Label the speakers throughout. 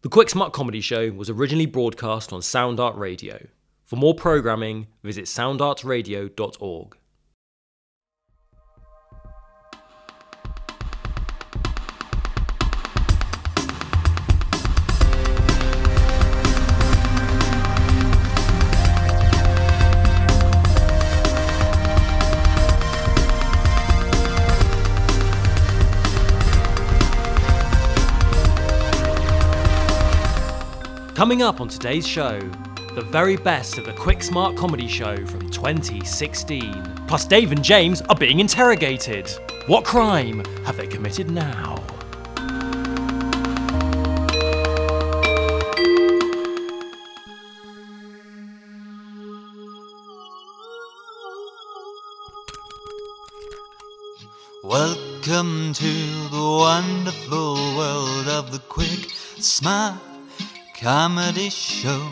Speaker 1: The Quick Smart Comedy Show was originally broadcast on SoundArt Radio. For more programming, visit soundartradio.org. Coming up on today's show, the very best of the Quick Smart Comedy Show from 2016. Plus, Dave and James are being interrogated. What crime have they committed now?
Speaker 2: Welcome to the wonderful world of the quick, smart comedy show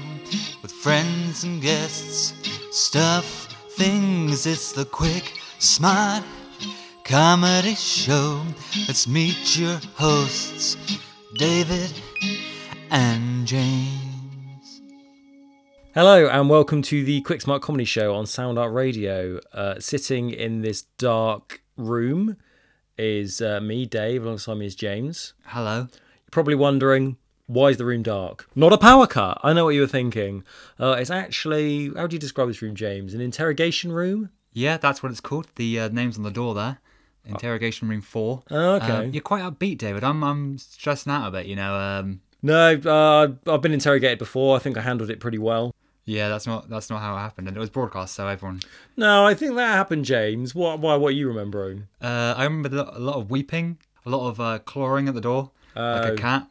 Speaker 2: with friends and guests, stuff, things. It's the quick, smart comedy show. Let's meet your hosts, David and James.
Speaker 1: Hello and welcome to the Quick Smart Comedy Show on Sound Art Radio. Uh, sitting in this dark room is uh, me, Dave. Alongside me is James.
Speaker 2: Hello.
Speaker 1: You're probably wondering why is the room dark? Not a power cut. I know what you were thinking. Uh, it's actually how do you describe this room, James? An interrogation room?
Speaker 2: Yeah, that's what it's called. The uh, name's on the door there. Interrogation room four.
Speaker 1: Oh, Okay.
Speaker 2: Um, you're quite upbeat, David. I'm I'm stressing out a bit. You know. Um,
Speaker 1: No, uh, I've been interrogated before. I think I handled it pretty well.
Speaker 2: yeah, that's not that's not how it happened, and it was broadcast, so everyone.
Speaker 1: No, I think that happened, James. What? Why? What are you remembering?
Speaker 2: Uh, I remember the- a lot of weeping, a lot of uh, clawing at the door, like
Speaker 1: Oh.
Speaker 2: a cat.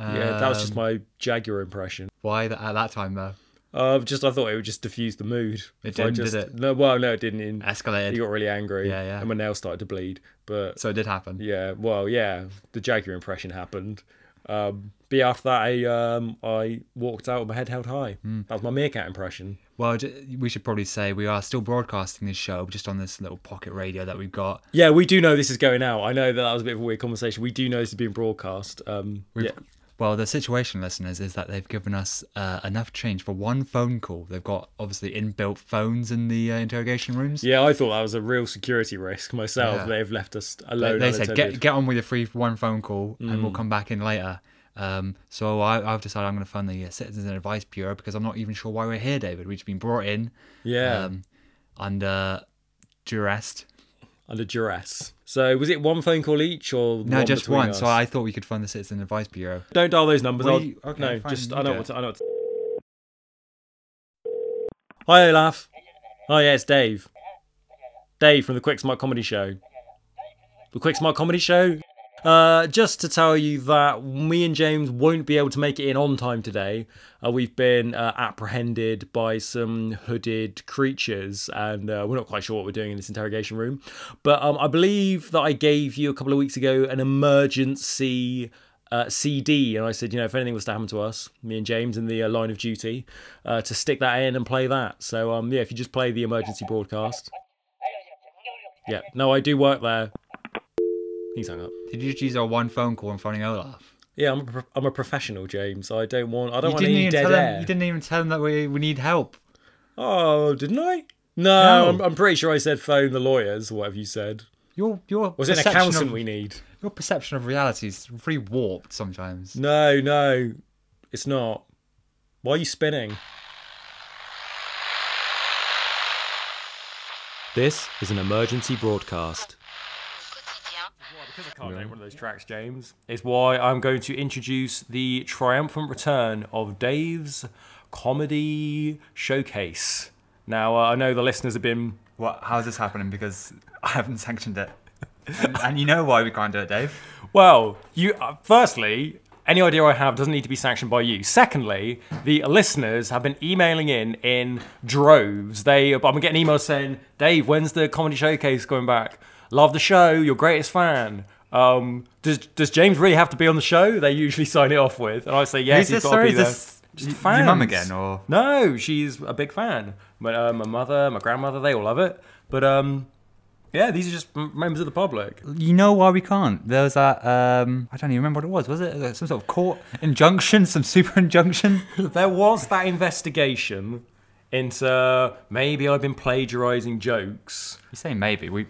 Speaker 1: yeah, that was just
Speaker 2: Um,
Speaker 1: my Jaguar impression.
Speaker 2: why that at that time though
Speaker 1: Uh, just I thought it would just diffuse the mood.
Speaker 2: It
Speaker 1: If I
Speaker 2: didn't, did
Speaker 1: just,
Speaker 2: it?
Speaker 1: No, well, no, it didn't. In,
Speaker 2: escalated.
Speaker 1: you got really angry.
Speaker 2: Yeah, yeah.
Speaker 1: And my nails started to bleed. But
Speaker 2: So it did happen.
Speaker 1: Yeah, well, yeah, the Jaguar impression happened. Um, but yeah, after that, I um, I walked out with my head held high.
Speaker 2: Hmm.
Speaker 1: That was my meerkat impression.
Speaker 2: Well, j- we should probably say we are still broadcasting this show just on this little pocket radio that we've got.
Speaker 1: Yeah, we do know this is going out. I know that that was a bit of a weird conversation. We do know this is being broadcast. Um,
Speaker 2: We've,
Speaker 1: yeah.
Speaker 2: Well, the situation, listeners, is that they've given us uh, enough change for one phone call. They've got obviously inbuilt phones in the uh, interrogation rooms.
Speaker 1: yeah, I thought that was a real security risk myself.
Speaker 2: Yeah.
Speaker 1: They've left us
Speaker 2: They,
Speaker 1: alone.
Speaker 2: they said
Speaker 1: unattended.
Speaker 2: get get on with your free one phone call, and
Speaker 1: Mm.
Speaker 2: we'll come back in later. Um, so I, I've decided I'm going to phone the uh, Citizens and Advice Bureau because I'm not even sure why we're here, David. We've just been brought in
Speaker 1: yeah,
Speaker 2: um, uh, under duress.
Speaker 1: under duress. So was it one phone call each or
Speaker 2: No,
Speaker 1: one
Speaker 2: just
Speaker 1: between
Speaker 2: one.
Speaker 1: us?
Speaker 2: So I thought we could fund the Citizen Advice Bureau.
Speaker 1: don't dial those numbers.
Speaker 2: Well,
Speaker 1: I'll,
Speaker 2: you- okay,
Speaker 1: no,
Speaker 2: fine,
Speaker 1: just
Speaker 2: you
Speaker 1: I know
Speaker 2: do
Speaker 1: what
Speaker 2: it.
Speaker 1: to, I know. What to... Hi, Olaf. Hi, yeah, it's Dave. Dave from the Quick Smart Comedy Show. The Quick Smart Comedy Show. Uh, just to tell you that me and James won't be able to make it in on time today. Uh, we've been uh, apprehended by some hooded creatures, and uh, we're not quite sure what we're doing in this interrogation room. But um, I believe that I gave you a couple of weeks ago an emergency uh, CD, and I said, you know, if anything was to happen to us, me and James in the uh, line of duty, uh, to stick that in and play that. So um, yeah, if you just play the emergency broadcast. Yeah, no, I do work there. He's hung up.
Speaker 2: Did you just use our one phone call and phoning Olaf?
Speaker 1: Yeah, I'm a, pro- I'm a professional, James. I don't want I don't
Speaker 2: you
Speaker 1: want
Speaker 2: didn't
Speaker 1: any
Speaker 2: even
Speaker 1: dead
Speaker 2: tell
Speaker 1: air.
Speaker 2: him. You didn't even tell him that we we need help.
Speaker 1: Oh, didn't I? No,
Speaker 2: No.
Speaker 1: I'm, I'm pretty sure I said phone the lawyers or whatever you said.
Speaker 2: Your your
Speaker 1: Was it an
Speaker 2: perception
Speaker 1: accountant
Speaker 2: of,
Speaker 1: we need?
Speaker 2: Your perception of reality is really warped sometimes.
Speaker 1: No, no, it's not. Why are you spinning? This is an emergency broadcast. Because I can't name one of those tracks, James, is why I'm going to introduce the triumphant return of Dave's comedy showcase. Now, uh, I know the listeners have been.
Speaker 2: What? How's this happening? Because I haven't sanctioned it. And, and you know why we can't do it, Dave.
Speaker 1: Well, you. Uh, firstly, any idea I have doesn't need to be sanctioned by you. Secondly, the listeners have been emailing in in droves. They, I'm getting emails saying, "Dave, when's the comedy showcase going back? Love the show. Your greatest fan." Um, does does James really have to be on the show? They usually sign it off with, and I say, "Yes,
Speaker 2: Who's
Speaker 1: he's
Speaker 2: this,
Speaker 1: got to
Speaker 2: sorry?
Speaker 1: be
Speaker 2: Is
Speaker 1: there."
Speaker 2: this
Speaker 1: Just
Speaker 2: y- your
Speaker 1: fans.
Speaker 2: mum again, or-
Speaker 1: no? She's a big fan. My, uh, my mother, my grandmother, they all love it. But um, Yeah, these are just m- members of the public.
Speaker 2: You know why we can't? There was that, um, I don't even remember what it was. Was it uh, some sort of court injunction, some super injunction?
Speaker 1: There was that investigation into maybe I've been plagiarizing jokes.
Speaker 2: You say maybe. We,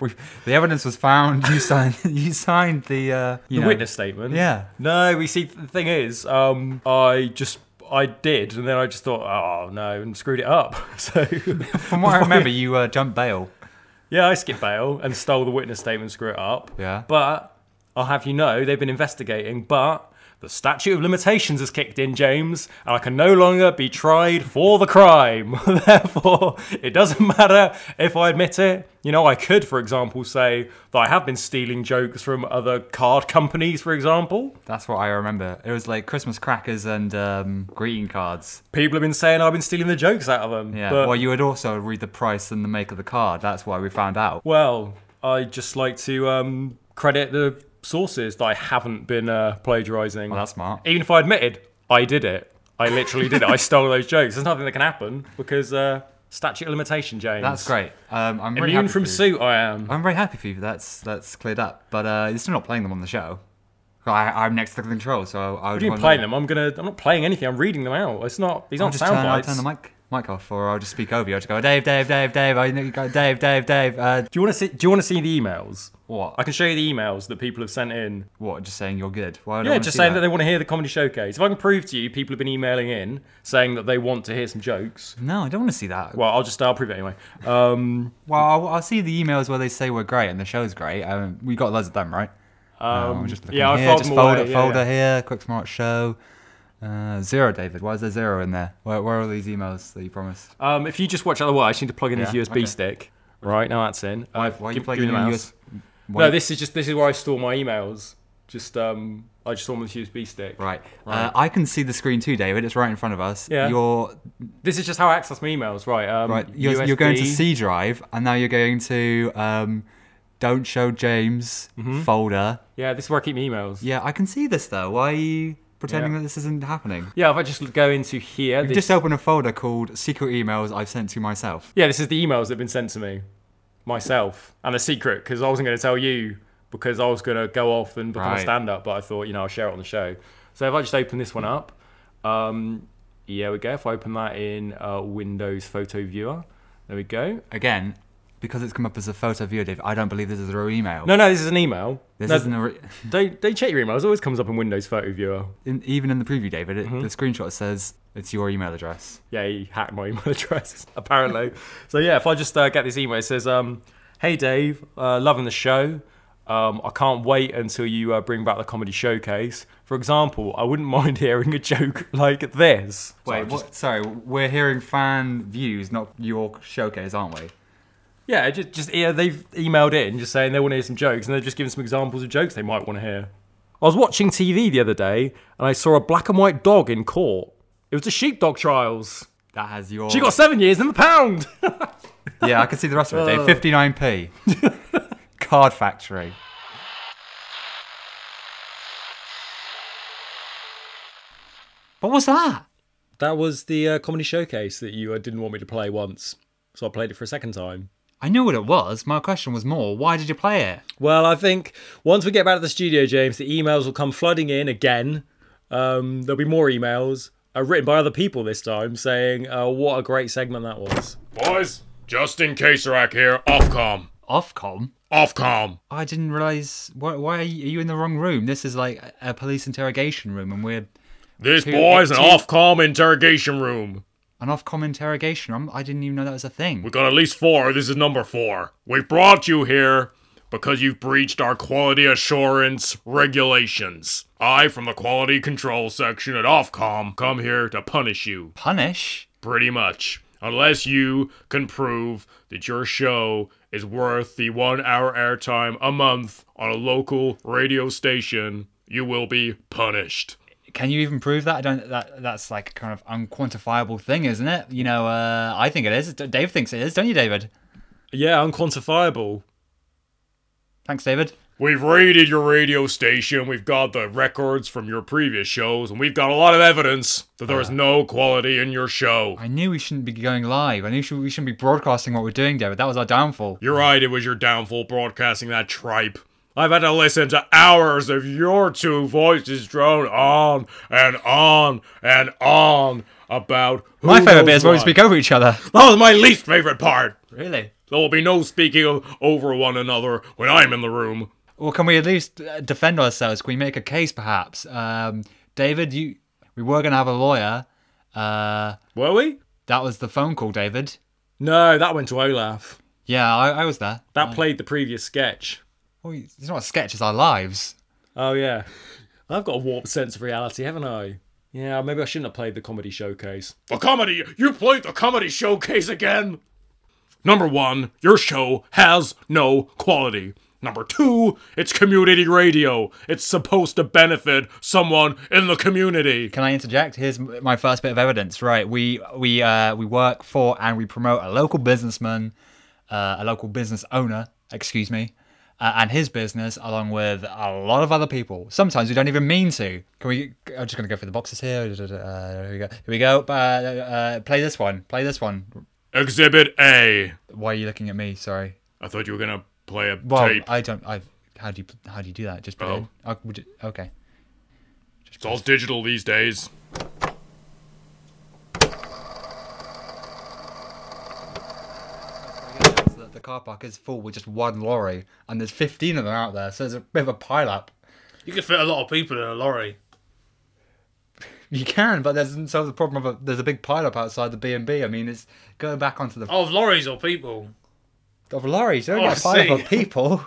Speaker 2: we The evidence was found. You signed, you signed the, uh, you
Speaker 1: The
Speaker 2: know,
Speaker 1: witness statement.
Speaker 2: Yeah.
Speaker 1: No, we see. The thing is, um, I just I did, and then I just thought, oh no, and screwed it up. So
Speaker 2: From what I remember, you uh, jumped bail.
Speaker 1: yeah, I skipped bail and stole the witness statement, screw it up.
Speaker 2: Yeah.
Speaker 1: But I'll have you know they've been investigating, but. The statute of limitations has kicked in, James, and I can no longer be tried for the crime. Therefore, it doesn't matter if I admit it. You know, I could, for example, say that I have been stealing jokes from other card companies, for example.
Speaker 2: That's what I remember. It was like Christmas crackers and um, greeting cards.
Speaker 1: people have been saying I've been stealing the jokes out of them.
Speaker 2: Yeah.
Speaker 1: But,
Speaker 2: well,
Speaker 1: well,
Speaker 2: you would also read the price and the make of the card. That's why we found out.
Speaker 1: I just like to um, credit the sources that I haven't been uh, plagiarizing.
Speaker 2: Well, that's smart.
Speaker 1: Even if I admitted I did it, I literally did it. I stole those jokes. There's nothing that can happen because uh, statute of limitation, James.
Speaker 2: That's great. Um, I'm very
Speaker 1: Immune
Speaker 2: happy
Speaker 1: from
Speaker 2: for you.
Speaker 1: suit, I am.
Speaker 2: I'm very happy for you. That's that's cleared up. But uh, you're still not playing them on the show. I, I'm next to the control, so I would.
Speaker 1: What do you
Speaker 2: wanna-
Speaker 1: playing them? I'm gonna. I'm not playing anything. I'm reading them out. It's not. These
Speaker 2: I'll
Speaker 1: aren't
Speaker 2: just
Speaker 1: sound
Speaker 2: turn, I'll
Speaker 1: bites.
Speaker 2: turn the
Speaker 1: Do
Speaker 2: mic mic off, or I'll just speak over you. I'll just go, Dave, Dave, Dave, Dave. I know you got Dave, Dave, Dave. Uh,
Speaker 1: you want to see? Do you want to see the emails? I
Speaker 2: what?
Speaker 1: can show you the emails that people have sent in.
Speaker 2: What? Just saying you're good. Why would I
Speaker 1: Yeah,
Speaker 2: wanna
Speaker 1: just
Speaker 2: see
Speaker 1: saying that. they want to hear the comedy showcase. If I can prove to you, people have been emailing in saying that they want to hear some jokes.
Speaker 2: No, I don't want to see that.
Speaker 1: Well, I'll just I'll prove it anyway. Um,
Speaker 2: Well, I'll, I'll see the emails where they say we're great and the show's great. Um, we got loads of them, right? Um, just looking
Speaker 1: yeah, I
Speaker 2: here,
Speaker 1: fold
Speaker 2: just
Speaker 1: them
Speaker 2: folder,
Speaker 1: away, yeah,
Speaker 2: folder
Speaker 1: yeah.
Speaker 2: here, quick smart show. Uh, zero, David. Why is there zero in there? Where, where are all these emails that you promised?
Speaker 1: um, if you just watch otherwise, I just need to plug in this
Speaker 2: Yeah,
Speaker 1: USB
Speaker 2: okay.
Speaker 1: stick. Right now that's in.
Speaker 2: Why,
Speaker 1: Uh,
Speaker 2: why are you
Speaker 1: give-
Speaker 2: plugging
Speaker 1: give
Speaker 2: in
Speaker 1: me the
Speaker 2: your
Speaker 1: mouse.
Speaker 2: US? why-
Speaker 1: No, this is just this is where I store my emails. Just um, I just store them on this USB stick.
Speaker 2: Right.
Speaker 1: Right.
Speaker 2: Uh, I can see the screen too, David. It's right in front of us.
Speaker 1: Yeah.
Speaker 2: You're
Speaker 1: This is just how I access my emails. Right. Um,
Speaker 2: right. You're, you're going to
Speaker 1: USB.
Speaker 2: C drive, and now you're going to um, don't show James
Speaker 1: Mm-hmm.
Speaker 2: folder.
Speaker 1: Yeah, this is where I keep my emails. Yeah.
Speaker 2: Yeah, I can see this though. Why are you pretending
Speaker 1: Yeah.
Speaker 2: that this isn't happening?
Speaker 1: if I just go into here, this,
Speaker 2: Just open a folder called secret emails I've sent to myself.
Speaker 1: Yeah, this is the emails that have been sent to me myself and a secret because I wasn't going to tell you because I was going to go off and become a
Speaker 2: Right.
Speaker 1: stand up, but I thought, you know, I'll share it on the show. So if I just open this one up, um, yeah, we go. If I open that in uh, Windows Photo Viewer, there we go.
Speaker 2: Again, because it's come up as a photo view, Dave. I don't believe this is a real email.
Speaker 1: No, no, this is an email.
Speaker 2: This
Speaker 1: no,
Speaker 2: isn't a re-
Speaker 1: don't, don't check your emails. It always comes up in Windows Photo Viewer.
Speaker 2: in, even in the preview, David.
Speaker 1: Mm-hmm.
Speaker 2: It, The screenshot says it's your email address.
Speaker 1: Yeah, he hacked my email address, apparently. so, yeah, if I just uh, get this email, it says, um, Hey, Dave, uh, loving the show. Um, I can't wait until you uh, bring back the comedy showcase. For example, I wouldn't mind hearing a joke like this. So I
Speaker 2: Wait,
Speaker 1: just-
Speaker 2: what? Sorry, we're hearing fan views, not your showcase, aren't we?
Speaker 1: Yeah, just, just yeah, they've emailed in just saying they want to hear some jokes, and they're just giving some examples of jokes they might want to hear. I was watching TV the other day, and I saw a black and white dog in court. It was the sheepdog trials.
Speaker 2: That has your.
Speaker 1: She got seven years in the pound.
Speaker 2: yeah, I can see the rest
Speaker 1: Uh.
Speaker 2: of it, Dave. 59p. Card Factory. What was that?
Speaker 1: That was the uh, comedy showcase that you uh, didn't want me to play once, so I played it for a second time.
Speaker 2: I knew what it was. My question was more, why did you play it?
Speaker 1: Well, I think once we get back to the studio, James, the emails will come flooding in again. Um, there'll be more emails uh, written by other people this time saying uh, what a great segment that was.
Speaker 3: Boys, Justin Kaserac here, Ofcom.
Speaker 2: Ofcom?
Speaker 3: Ofcom.
Speaker 2: I didn't realize. Why, why are you are you in the wrong room? This is like a police interrogation room, and we're
Speaker 3: This boy's an
Speaker 2: two-
Speaker 3: Ofcom interrogation room.
Speaker 2: an Ofcom interrogation room. I didn't even know that was a thing.
Speaker 3: We got at least four. This is number four. We brought you here because you've breached our quality assurance regulations. I, from the quality control section at Ofcom, come here to punish you.
Speaker 2: Punish?
Speaker 3: Pretty much. Unless you can prove that your show is worth the one hour airtime a month on a local radio station, you will be punished.
Speaker 2: Can you even prove that? I don't. That that's like kind of unquantifiable thing, isn't it? You know, uh, I think it is. D- Dave thinks it is, don't you, David?
Speaker 1: Yeah, unquantifiable.
Speaker 2: Thanks, David.
Speaker 4: We've raided your radio station. We've got the records from your previous shows, and we've got a lot of evidence that
Speaker 2: Uh.
Speaker 4: there is no quality in your show.
Speaker 2: I knew we shouldn't be going live. I knew sh- we shouldn't be broadcasting what we're doing, David. That was our downfall.
Speaker 4: You're right, it was your downfall broadcasting that tripe. I've had to listen to hours of your two voices drone on and on and on about who
Speaker 2: My favorite
Speaker 4: knows
Speaker 2: bit is when we
Speaker 4: what.
Speaker 2: speak over each other.
Speaker 4: That was my least favorite part.
Speaker 2: Really?
Speaker 4: There will be no speaking o- over one another when I'm in the room.
Speaker 2: Well, can we at least uh, defend ourselves? Can we make a case, perhaps? Um, David, you we were going to have a lawyer. Uh,
Speaker 5: Were we?
Speaker 2: that was the phone call, David.
Speaker 5: No, that went to Olaf.
Speaker 2: Yeah, I, I was there.
Speaker 5: That played the previous sketch.
Speaker 2: Well, it's not a sketch; it's our lives.
Speaker 5: Oh yeah, I've got a warped sense of reality, haven't I? Yeah, maybe I shouldn't have played the comedy showcase.
Speaker 4: The comedy, you played the comedy showcase again. Number one, your show has no quality. Number two, it's community radio. It's supposed to benefit someone in the community.
Speaker 2: Can I interject? Here's m- my first bit of evidence. Right, we we uh, we work for and we promote a local businessman, uh, a local business owner, excuse me, uh, and his business along with a lot of other people. Sometimes we don't even mean to. Can we? I'm just gonna go through the boxes here. Uh, here we go. Here we go. Uh, uh, play this one. Play this one.
Speaker 4: Exhibit A.
Speaker 2: Why are you looking at me? Sorry.
Speaker 4: I thought you were gonna play a
Speaker 2: Well,
Speaker 4: tape.
Speaker 2: I don't. I. How do you how do you do that? Just put it.
Speaker 4: Oh.
Speaker 2: in. Oh, would you- okay.
Speaker 4: It's all digital these days.
Speaker 2: that the car park is full with just one lorry, and there's 15 of them out there, so there's a bit of a pile up.
Speaker 1: You could fit a lot of people in a lorry.
Speaker 2: You can, but there's so the problem of a, there's a big pile up outside the B and B. I mean, it's going back onto the
Speaker 1: Oh, of lorries or people?
Speaker 2: of lorries. They're
Speaker 1: Oh, I
Speaker 2: not pile up
Speaker 1: see.
Speaker 2: of people.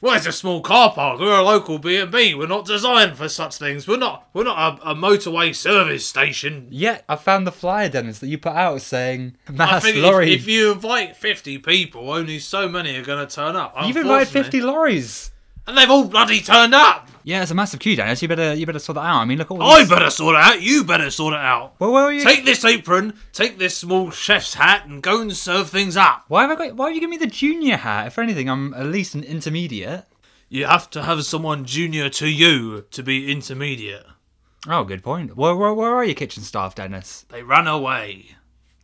Speaker 1: Well, it's a small car park. We're a local B and B. We're not designed for such things. We're not. We're not a, a motorway service station.
Speaker 2: Yet I found the flyer, Dennis, that you put out saying
Speaker 1: I
Speaker 2: mass
Speaker 1: think if-
Speaker 2: lorry.
Speaker 1: If, you invite fifty people, only so many are going to turn up.
Speaker 2: You've invited
Speaker 1: unfortunately.
Speaker 2: 50 lorries.
Speaker 1: and they've all bloody turned up.
Speaker 2: Yeah, it's a massive queue, Dennis. You better you better sort that out. I mean, look all.
Speaker 1: I
Speaker 2: these-
Speaker 1: better sort it out. You better sort it out.
Speaker 2: Well, where are you?
Speaker 1: Oh, Take this apron. Take this small chef's hat and go and serve things up.
Speaker 2: why have I got? Why have you given me the junior hat? If anything, I'm at least an intermediate.
Speaker 1: You have to have someone junior to you to be intermediate.
Speaker 2: Oh, good point. Where, where, where are your kitchen staff, Dennis?
Speaker 1: They ran away.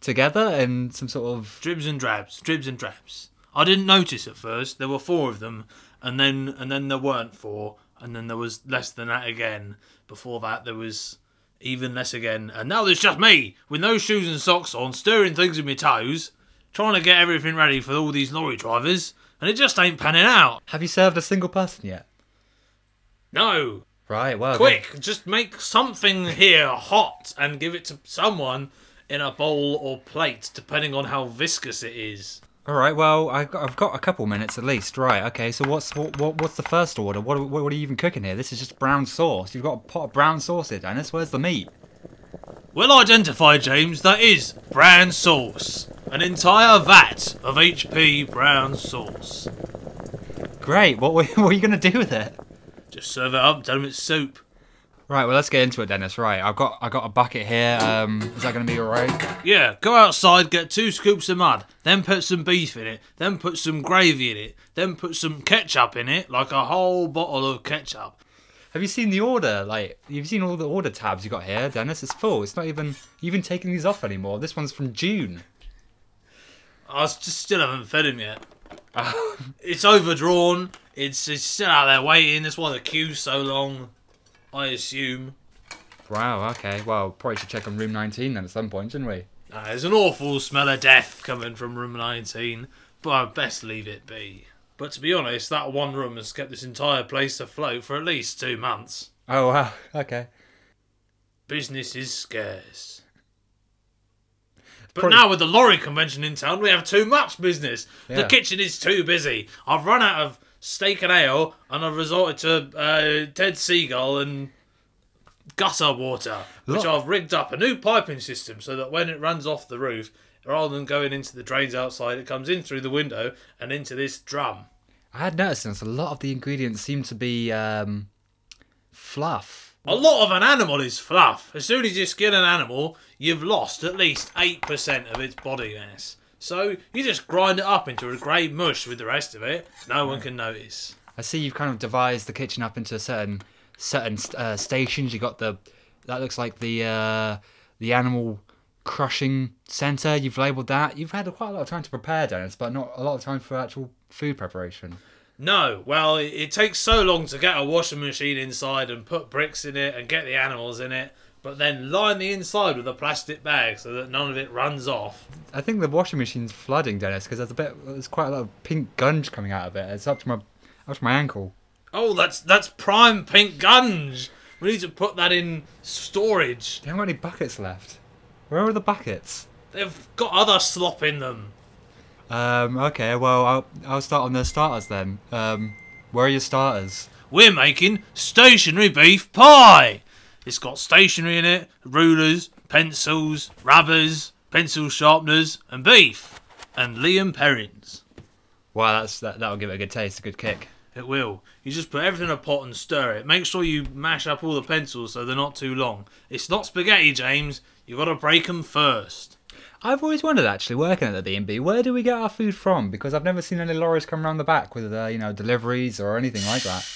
Speaker 2: Together in some sort of
Speaker 1: Dribs and drabs, dribs and drabs. I didn't notice at first. There were four of them, and then and then there weren't four, and then there was less than that again. Before that, there was even less again, and now there's just me with no shoes and socks on, stirring things with my toes, trying to get everything ready for all these lorry drivers, and it just ain't panning out.
Speaker 2: Have you served a single person yet?
Speaker 1: No,
Speaker 2: Right, well.
Speaker 1: quick, just make something here hot and give it to someone in a bowl or plate, depending on how viscous it is.
Speaker 2: All right, well, I've got, I've got a couple minutes at least. Right, okay, so what's what, what what's the first order? What, what, what are you even cooking here? This is just brown sauce. You've got a pot of brown sauce here, Dennis. Where's the meat?
Speaker 1: Well identified, James, that is brown sauce. An entire vat of HP brown sauce.
Speaker 2: Great, what, were- what are you going to do with it?
Speaker 1: Just serve it up, tell 'em it's soup.
Speaker 2: Right, well, let's get into it, Dennis. Right, I've got I've got a bucket here. Um, is that going to be all right?
Speaker 1: Yeah, go outside, get two scoops of mud, then put some beef in it, then put some gravy in it, then put some ketchup in it, like a whole bottle of ketchup.
Speaker 2: Have you seen the order? Like, you've seen all the order tabs you got here, Dennis. It's full. It's not even even taking these off anymore. This one's from June.
Speaker 1: I s- just still haven't fed him yet. it's overdrawn, it's, it's still out there waiting, that's why the queue's so long, I assume.
Speaker 2: Wow. Okay. Well, probably should check on room 19 then at some point, shouldn't we?
Speaker 1: Nah, there's Uh, an awful smell of death coming from room 19, but I'd best leave it be. But to be honest, that one room has kept this entire place afloat for at least two months.
Speaker 2: Oh wow. Okay.
Speaker 1: Business is scarce. But
Speaker 2: Probably-
Speaker 1: now with the lorry convention in town, we have too much business. The
Speaker 2: Yeah.
Speaker 1: kitchen is too busy. I've run out of steak and ale, and I've resorted to uh, dead seagull and gutter water, which
Speaker 2: Look.
Speaker 1: I've rigged up a new piping system so that when it runs off the roof, rather than going into the drains outside, it comes in through the window and into this drum.
Speaker 2: I had noticed since a lot of the ingredients seem to be um, fluff.
Speaker 1: A lot of an animal is fluff. As soon as you skin an animal, you've lost at least 8% of its body mass. So you just grind it up into a grey mush with the rest of it. No one can notice.
Speaker 2: I see you've kind of devised the kitchen up into certain certain uh, stations. You got the that looks like the uh, the animal crushing center. You've labelled that. You've had quite a lot of time to prepare, Dennis, but not a lot of time for actual food preparation.
Speaker 1: No, well, it, it takes so long to get a washing machine inside and put bricks in it and get the animals in it, but then line the inside with a plastic bag so that none of it runs off.
Speaker 2: I think the washing machine's flooding, Dennis, because there's a bit there's quite a lot of pink gunge coming out of it. It's up to my up to my ankle.
Speaker 1: Oh, that's that's prime pink gunge. We need to put that in storage.
Speaker 2: They haven't got any buckets left. Where are the buckets?
Speaker 1: They've got other slop in them.
Speaker 2: Um, okay, well, I'll, I'll start on the starters then. Um, where are your starters?
Speaker 1: We're making stationary beef pie. It's got stationery in it, rulers, pencils, rubbers, pencil sharpeners, and beef. And Liam Perrins.
Speaker 2: Wow, that's that, that'll give it a good taste, a good kick.
Speaker 1: It will. You just put everything in a pot and stir it. Make sure you mash up all the pencils so they're not too long. It's not spaghetti, James. You've got to break 'em first.
Speaker 2: I've always wondered, actually, working at the B&B, where do we get our food from? Because I've never seen any lorries come around the back with, uh, you know, deliveries or anything like that.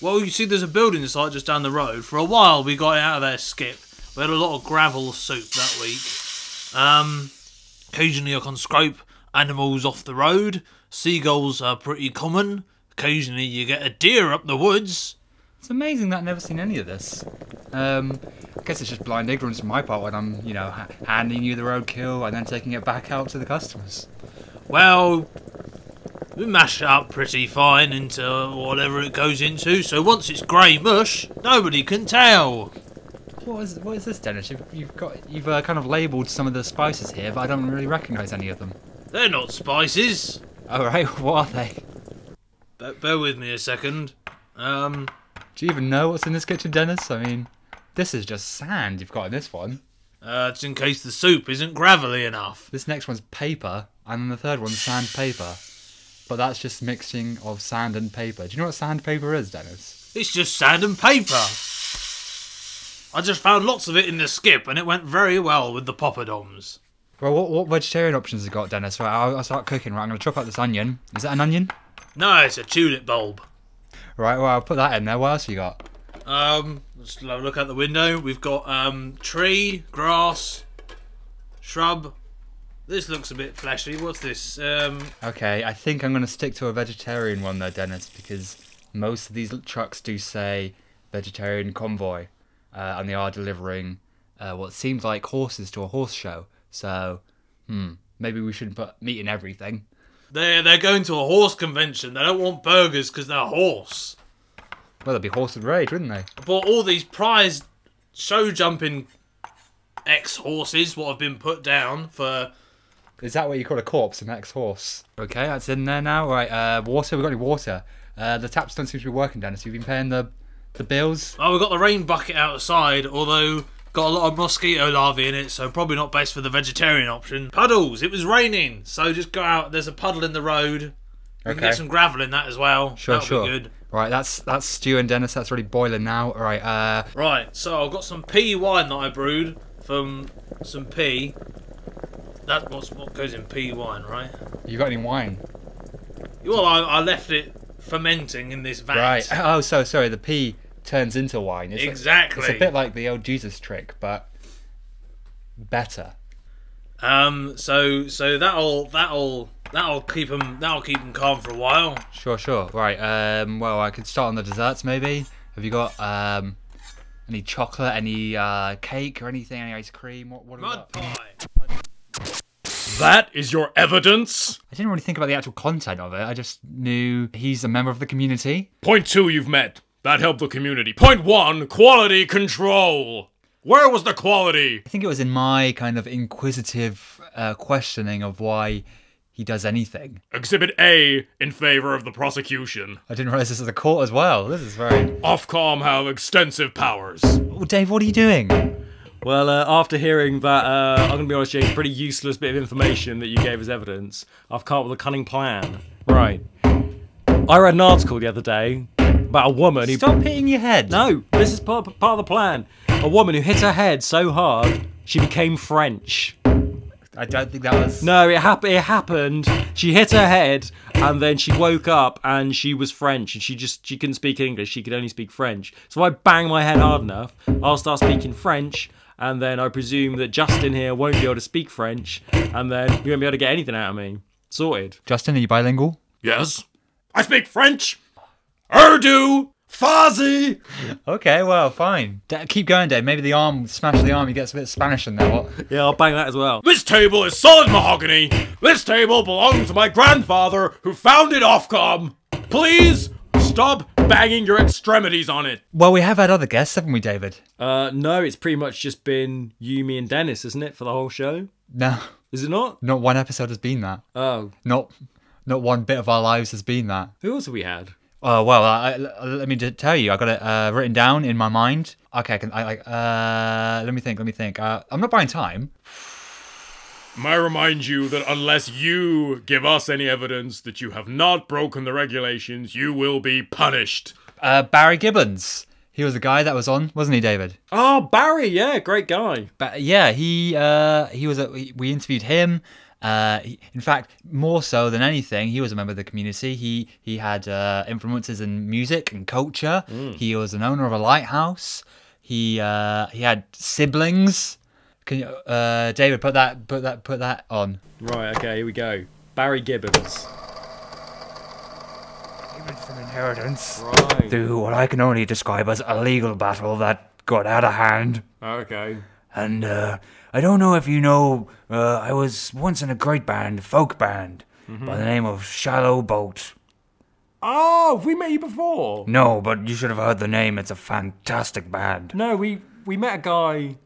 Speaker 1: Well, you see, there's a building site just down the road. For a while, we got it out of there, Skip. We had a lot of gravel soup that week. Um, occasionally, I can scrape animals off the road. Seagulls are pretty common. Occasionally, you get a deer up the woods.
Speaker 2: It's amazing that I've never seen any of this. Um, I guess it's just blind ignorance on my part when I'm, you know, ha- handing you the roadkill and then taking it back out to the customers.
Speaker 1: Well, we mash it up pretty fine into whatever it goes into, so once it's grey mush, nobody can tell.
Speaker 2: What is what is this, Dennis? You've, you've got you've uh, kind of labelled some of the spices here, but I don't really recognise any of them.
Speaker 1: They're not spices.
Speaker 2: All right, what are they?
Speaker 1: Be- bear with me a second. Um,
Speaker 2: Do you even know what's in this kitchen, Dennis? I mean, this is just sand you've got in this one.
Speaker 1: uh, it's in case the soup isn't gravelly enough.
Speaker 2: This next one's paper, and then the third one's sandpaper. But that's just mixing of sand and paper. Do you know what sandpaper is, Dennis?
Speaker 1: It's just sand and paper. I just found lots of it in the skip, and it went very well with the poppadoms.
Speaker 2: Well, what, what vegetarian options have you got, Dennis? Right, I'll, I'll start cooking. Right, I'm going to chop up this onion. Is that an onion?
Speaker 1: No, it's a tulip bulb.
Speaker 2: Right, well, I'll put that in there. What else you got?
Speaker 1: Um, let's have a look out the window. We've got um tree, grass, shrub. This looks a bit fleshy. What's this? Um,
Speaker 2: Okay, I think I'm going to stick to a vegetarian one though, Dennis, because most of these l- trucks do say vegetarian convoy, uh, and they are delivering uh, what seems like horses to a horse show. So, hmm, maybe we shouldn't put meat in everything.
Speaker 1: they they're going to a horse convention. They don't want burgers because they're horse.
Speaker 2: Well, that'd be horse and rage, wouldn't they?
Speaker 1: I bought all these prize show jumping ex horses what have been put down for.
Speaker 2: Is that what you call a corpse, an ex-horse? Okay, that's in there now. Right, uh, water. We got any water? Uh, the taps don't seem to be working, Dennis. You've been paying the the bills.
Speaker 1: Oh, we got the rain bucket outside, although. Got a lot of mosquito larvae in it, so probably not best for the vegetarian option. Puddles. It was raining, so just go out. There's a puddle in the road. We can
Speaker 2: Okay.
Speaker 1: get some gravel in that as well.
Speaker 2: Sure,
Speaker 1: That'll
Speaker 2: sure.
Speaker 1: Be good.
Speaker 2: Right, that's that's stew and Dennis. That's really boiling now. All right, uh,
Speaker 1: Right, so I've got some pea wine that I brewed from some pea. That's what's what goes in pea wine, right?
Speaker 2: you got any wine?
Speaker 1: Well, I, I left it fermenting in this vat.
Speaker 2: Right. Oh, so sorry. The pea turns into wine. It's
Speaker 1: Exactly.
Speaker 2: A, it's a bit like the old Jesus trick, but better.
Speaker 1: Um. So so that'll that'll that'll keep them that'll keep 'em calm for a while.
Speaker 2: Sure, sure. Right. Um. Well, I could start on the desserts. Maybe. Have you got um any chocolate, any uh cake, or anything? Any ice cream? What? What? have we
Speaker 1: Mud
Speaker 2: got?
Speaker 1: pie.
Speaker 6: That is your evidence?
Speaker 2: I didn't really think about the actual content of it. I just knew he's a member of the community.
Speaker 6: Point two, you've met. That helped the community. Point one, quality control. Where was the quality?
Speaker 2: I think it was in my kind of inquisitive uh, questioning of why he does anything.
Speaker 6: Exhibit A in favor of the prosecution.
Speaker 2: I didn't realize this was a court as well. This is very.
Speaker 6: Ofcom have extensive powers.
Speaker 2: Oh, Dave, what are you doing?
Speaker 7: Well, uh, after hearing that, uh, I'm going to be honest, James, pretty useless bit of information that you gave as evidence, I've come up with a cunning plan. Right. I read an article the other day about a woman who.
Speaker 2: Stop hitting your head.
Speaker 7: No, this is part, part of the plan. A woman who hit her head so hard, she became French.
Speaker 2: I don't think that was.
Speaker 7: No, it, hap- it happened. She hit her head, and then she woke up, and she was French, and she just she couldn't speak English. She could only speak French. So I bang my head hard enough, I'll start speaking French, and then I presume that Justin here won't be able to speak French, and then you won't be able to get anything out of me. Sorted.
Speaker 2: Justin, are you bilingual?
Speaker 8: Yes? I speak French, Urdu, Farsi.
Speaker 2: Okay, well, fine. Da- keep going, Dave. Maybe the arm, smash the arm, he gets a bit of Spanish in there. What?
Speaker 7: Yeah, I'll bang that as well.
Speaker 8: This table is solid mahogany. This table belonged to my grandfather who founded Ofcom. Please stop banging your extremities on it.
Speaker 2: Well, we have had other guests, haven't we, David?
Speaker 7: Uh, no, it's pretty much just been you, me, and Dennis, isn't it, for the whole show?
Speaker 2: No,
Speaker 7: Is it not?
Speaker 2: not one episode has been that.
Speaker 7: Oh,
Speaker 2: Not, not one bit of our lives has been that.
Speaker 7: who else have we had?
Speaker 2: Oh well, I, I- let me just tell you, I got it uh, written down in my mind. Okay, I can I, I uh, let me think, let me think. Uh, I'm not buying time.
Speaker 8: May I remind you that unless you give us any evidence that you have not broken the regulations, you will be punished.
Speaker 2: Uh, Barry Gibbons, he was the guy that was on, wasn't he, David?
Speaker 7: Oh, Barry, yeah, great guy.
Speaker 2: But yeah, he uh, he was. A, we we interviewed him. Uh, he- in fact, more so than anything, he was a member of the community. He he had uh, influences in music and culture. He was an owner of a lighthouse. He uh, he had siblings. Can you, uh, David, put that put that put that on?
Speaker 7: Right, okay, here we go. Barry Gibbons.
Speaker 9: from inheritance
Speaker 7: Right.
Speaker 9: through what I can only describe as a legal battle that got out of hand.
Speaker 7: Okay.
Speaker 9: And uh, I don't know if you know, uh, I was once in a great band, folk band,
Speaker 7: Mm-hmm.
Speaker 9: by the name of Shallow Boat.
Speaker 7: Oh, have we met you before?
Speaker 9: No, but you should have heard the name. It's a fantastic band.
Speaker 7: No, we we met a guy.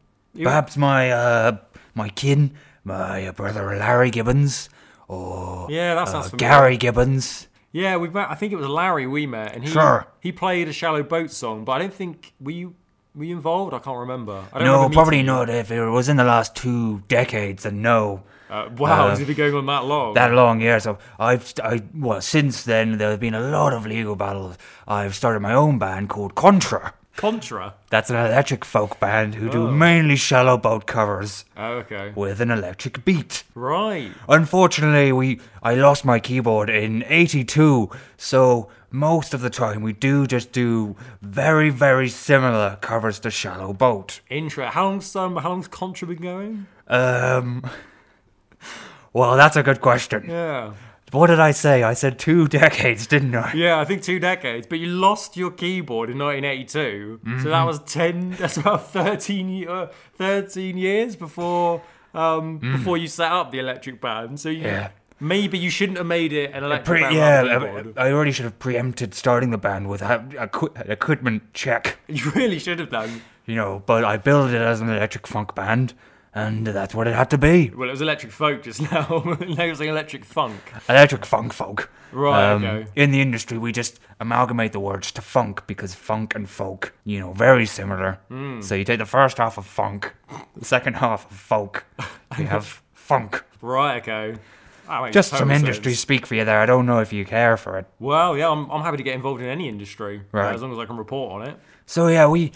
Speaker 9: Perhaps my uh, my kin, my brother Larry Gibbons, or
Speaker 7: Yeah, that sounds
Speaker 9: uh,
Speaker 7: familiar.
Speaker 9: Gary Gibbons.
Speaker 7: Yeah, we met. I think it was Larry we met, and he
Speaker 9: Sure.
Speaker 7: he played a shallow boat song, but I don't think were you were you involved? I can't remember. I don't
Speaker 9: No,
Speaker 7: remember
Speaker 9: probably
Speaker 7: meeting you.
Speaker 9: not. If it was in the last two decades, then no.
Speaker 7: Uh, wow,
Speaker 9: Uh,
Speaker 7: has it been going on that long?
Speaker 9: that long yeah so i've i well since then there have been a lot of legal battles i've started my own band called contra
Speaker 7: Contra.
Speaker 9: that's an electric folk band who
Speaker 2: Oh.
Speaker 9: do mainly shallow boat covers
Speaker 7: Oh, okay.
Speaker 9: with an electric beat
Speaker 7: Right.
Speaker 9: unfortunately we i lost my keyboard in 82 so most of the time we do just do very very similar covers to shallow boat
Speaker 7: Intra. How long's um, how long's Contra been going?
Speaker 9: um well that's a good question
Speaker 7: Yeah.
Speaker 9: what did i say i said two decades didn't i
Speaker 7: Yeah, I think two decades. But you lost your keyboard in 1982, so
Speaker 9: Mm-hmm.
Speaker 7: that was ten. That's about 13, ye- uh, 13 years before um, before you set up the electric band. So you,
Speaker 9: Mm. Yeah.
Speaker 7: maybe you shouldn't have made it an electric
Speaker 9: Pre-
Speaker 7: band.
Speaker 9: yeah, um,
Speaker 7: without a keyboard.
Speaker 9: I, I already should have preempted starting the band with a, a, qui- an equipment check,
Speaker 7: you really should have done.
Speaker 9: you know. But I built it as an electric funk band, and that's what it had to be.
Speaker 7: Well, it was electric folk just now. now it's like electric funk.
Speaker 9: Electric funk folk.
Speaker 7: Right,
Speaker 9: Um,
Speaker 7: okay.
Speaker 9: In the industry, we just amalgamate the words to funk because funk and folk, you know, very similar.
Speaker 7: Hmm.
Speaker 9: So you take the first half of funk, the second half of folk, you have funk.
Speaker 7: Right, okay. That makes
Speaker 9: Just
Speaker 7: total
Speaker 9: some industry
Speaker 7: sense.
Speaker 9: speak for you there. I don't know if you care for it.
Speaker 7: Well, yeah, I'm, I'm happy to get involved in any industry.
Speaker 9: Right.
Speaker 7: As long as I can report on it.
Speaker 9: So yeah, we.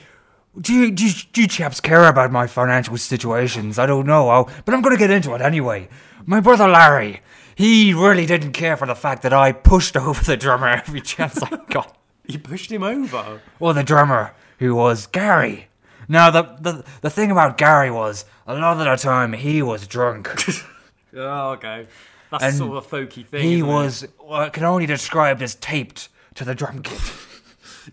Speaker 9: Do you, do, you, do you chaps care about my financial situations? I don't know, I'll, but I'm going to get into it anyway. My brother Larry, he really didn't care for the fact that I pushed over the drummer every chance I got.
Speaker 7: You pushed him over.
Speaker 9: Or the drummer, who was Gary. Now, the, the, the thing about Gary was, a lot of the time, he was drunk.
Speaker 7: Oh, okay. That's
Speaker 9: And
Speaker 7: sort of a folky thing.
Speaker 9: he
Speaker 7: isn't it?
Speaker 9: was what can only described as taped to the drum kit.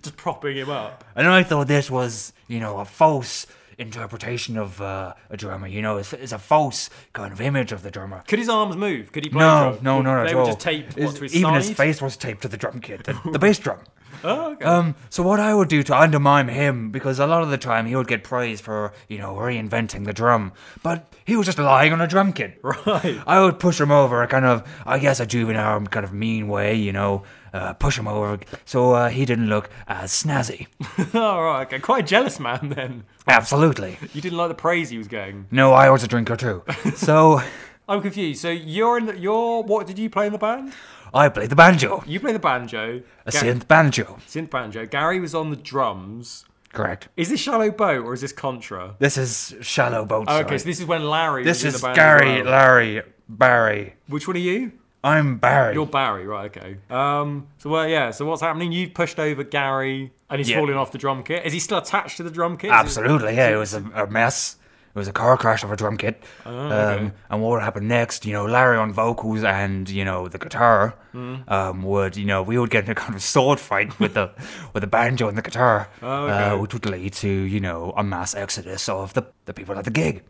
Speaker 7: just propping him up.
Speaker 9: And I thought this was, you know, a false interpretation of uh, a drummer. You know, it's, it's a false kind of image of the drummer.
Speaker 7: Could his arms move? Could he play
Speaker 9: No,
Speaker 7: drum?
Speaker 9: no,
Speaker 7: Or
Speaker 9: no,
Speaker 7: They
Speaker 9: at
Speaker 7: were
Speaker 9: all.
Speaker 7: just taped what,
Speaker 9: His-
Speaker 7: to his
Speaker 9: even
Speaker 7: side.
Speaker 9: his face was taped to the drum kit, the, the bass drum.
Speaker 7: Oh, okay.
Speaker 9: Um, so what I would do to undermine him, because a lot of the time he would get praise for, you know, reinventing the drum, but he was just lying on a drum kit.
Speaker 7: right.
Speaker 9: I would push him over, a kind of, I guess, a juvenile kind of mean way, you know, uh, push him over, so uh, he didn't look as snazzy.
Speaker 7: All right. Okay. Quite a jealous man then.
Speaker 9: Absolutely.
Speaker 7: You didn't like the praise he was getting.
Speaker 9: No, I was a drinker too. So
Speaker 7: I'm confused. So you're in. The, you're. What did you play in the band?
Speaker 9: I played the banjo,
Speaker 7: You play the banjo.
Speaker 9: a
Speaker 7: Ga-
Speaker 9: synth banjo.
Speaker 7: synth banjo. Gary was on the drums.
Speaker 9: Correct.
Speaker 7: Is this Shallow Boat or is this Contra?
Speaker 9: This is shallow boat.
Speaker 7: Oh,
Speaker 9: sorry.
Speaker 7: okay, so this is when Larry.
Speaker 9: this
Speaker 7: was
Speaker 9: is
Speaker 7: in the band as
Speaker 9: Gary,
Speaker 7: well.
Speaker 9: Larry, Barry.
Speaker 7: Which one are you?
Speaker 9: I'm Barry.
Speaker 7: You're Barry, right? Okay. Um. So well, yeah. So what's happening? You've pushed over Gary, and he's
Speaker 9: Yeah.
Speaker 7: falling off the drum kit. Is he still attached to the drum kit? Is he-
Speaker 9: Absolutely, yeah. It was a, a mess. It was a car crash of a drum kit.
Speaker 7: Oh,
Speaker 9: um, and what would happen next? You know, Larry on vocals and you know the guitar
Speaker 7: Mm.
Speaker 9: um, would you know we would get into a kind of sword fight with the with the banjo and the guitar,
Speaker 7: Oh,
Speaker 9: uh, which would lead to you know a mass exodus of the the people at the gig.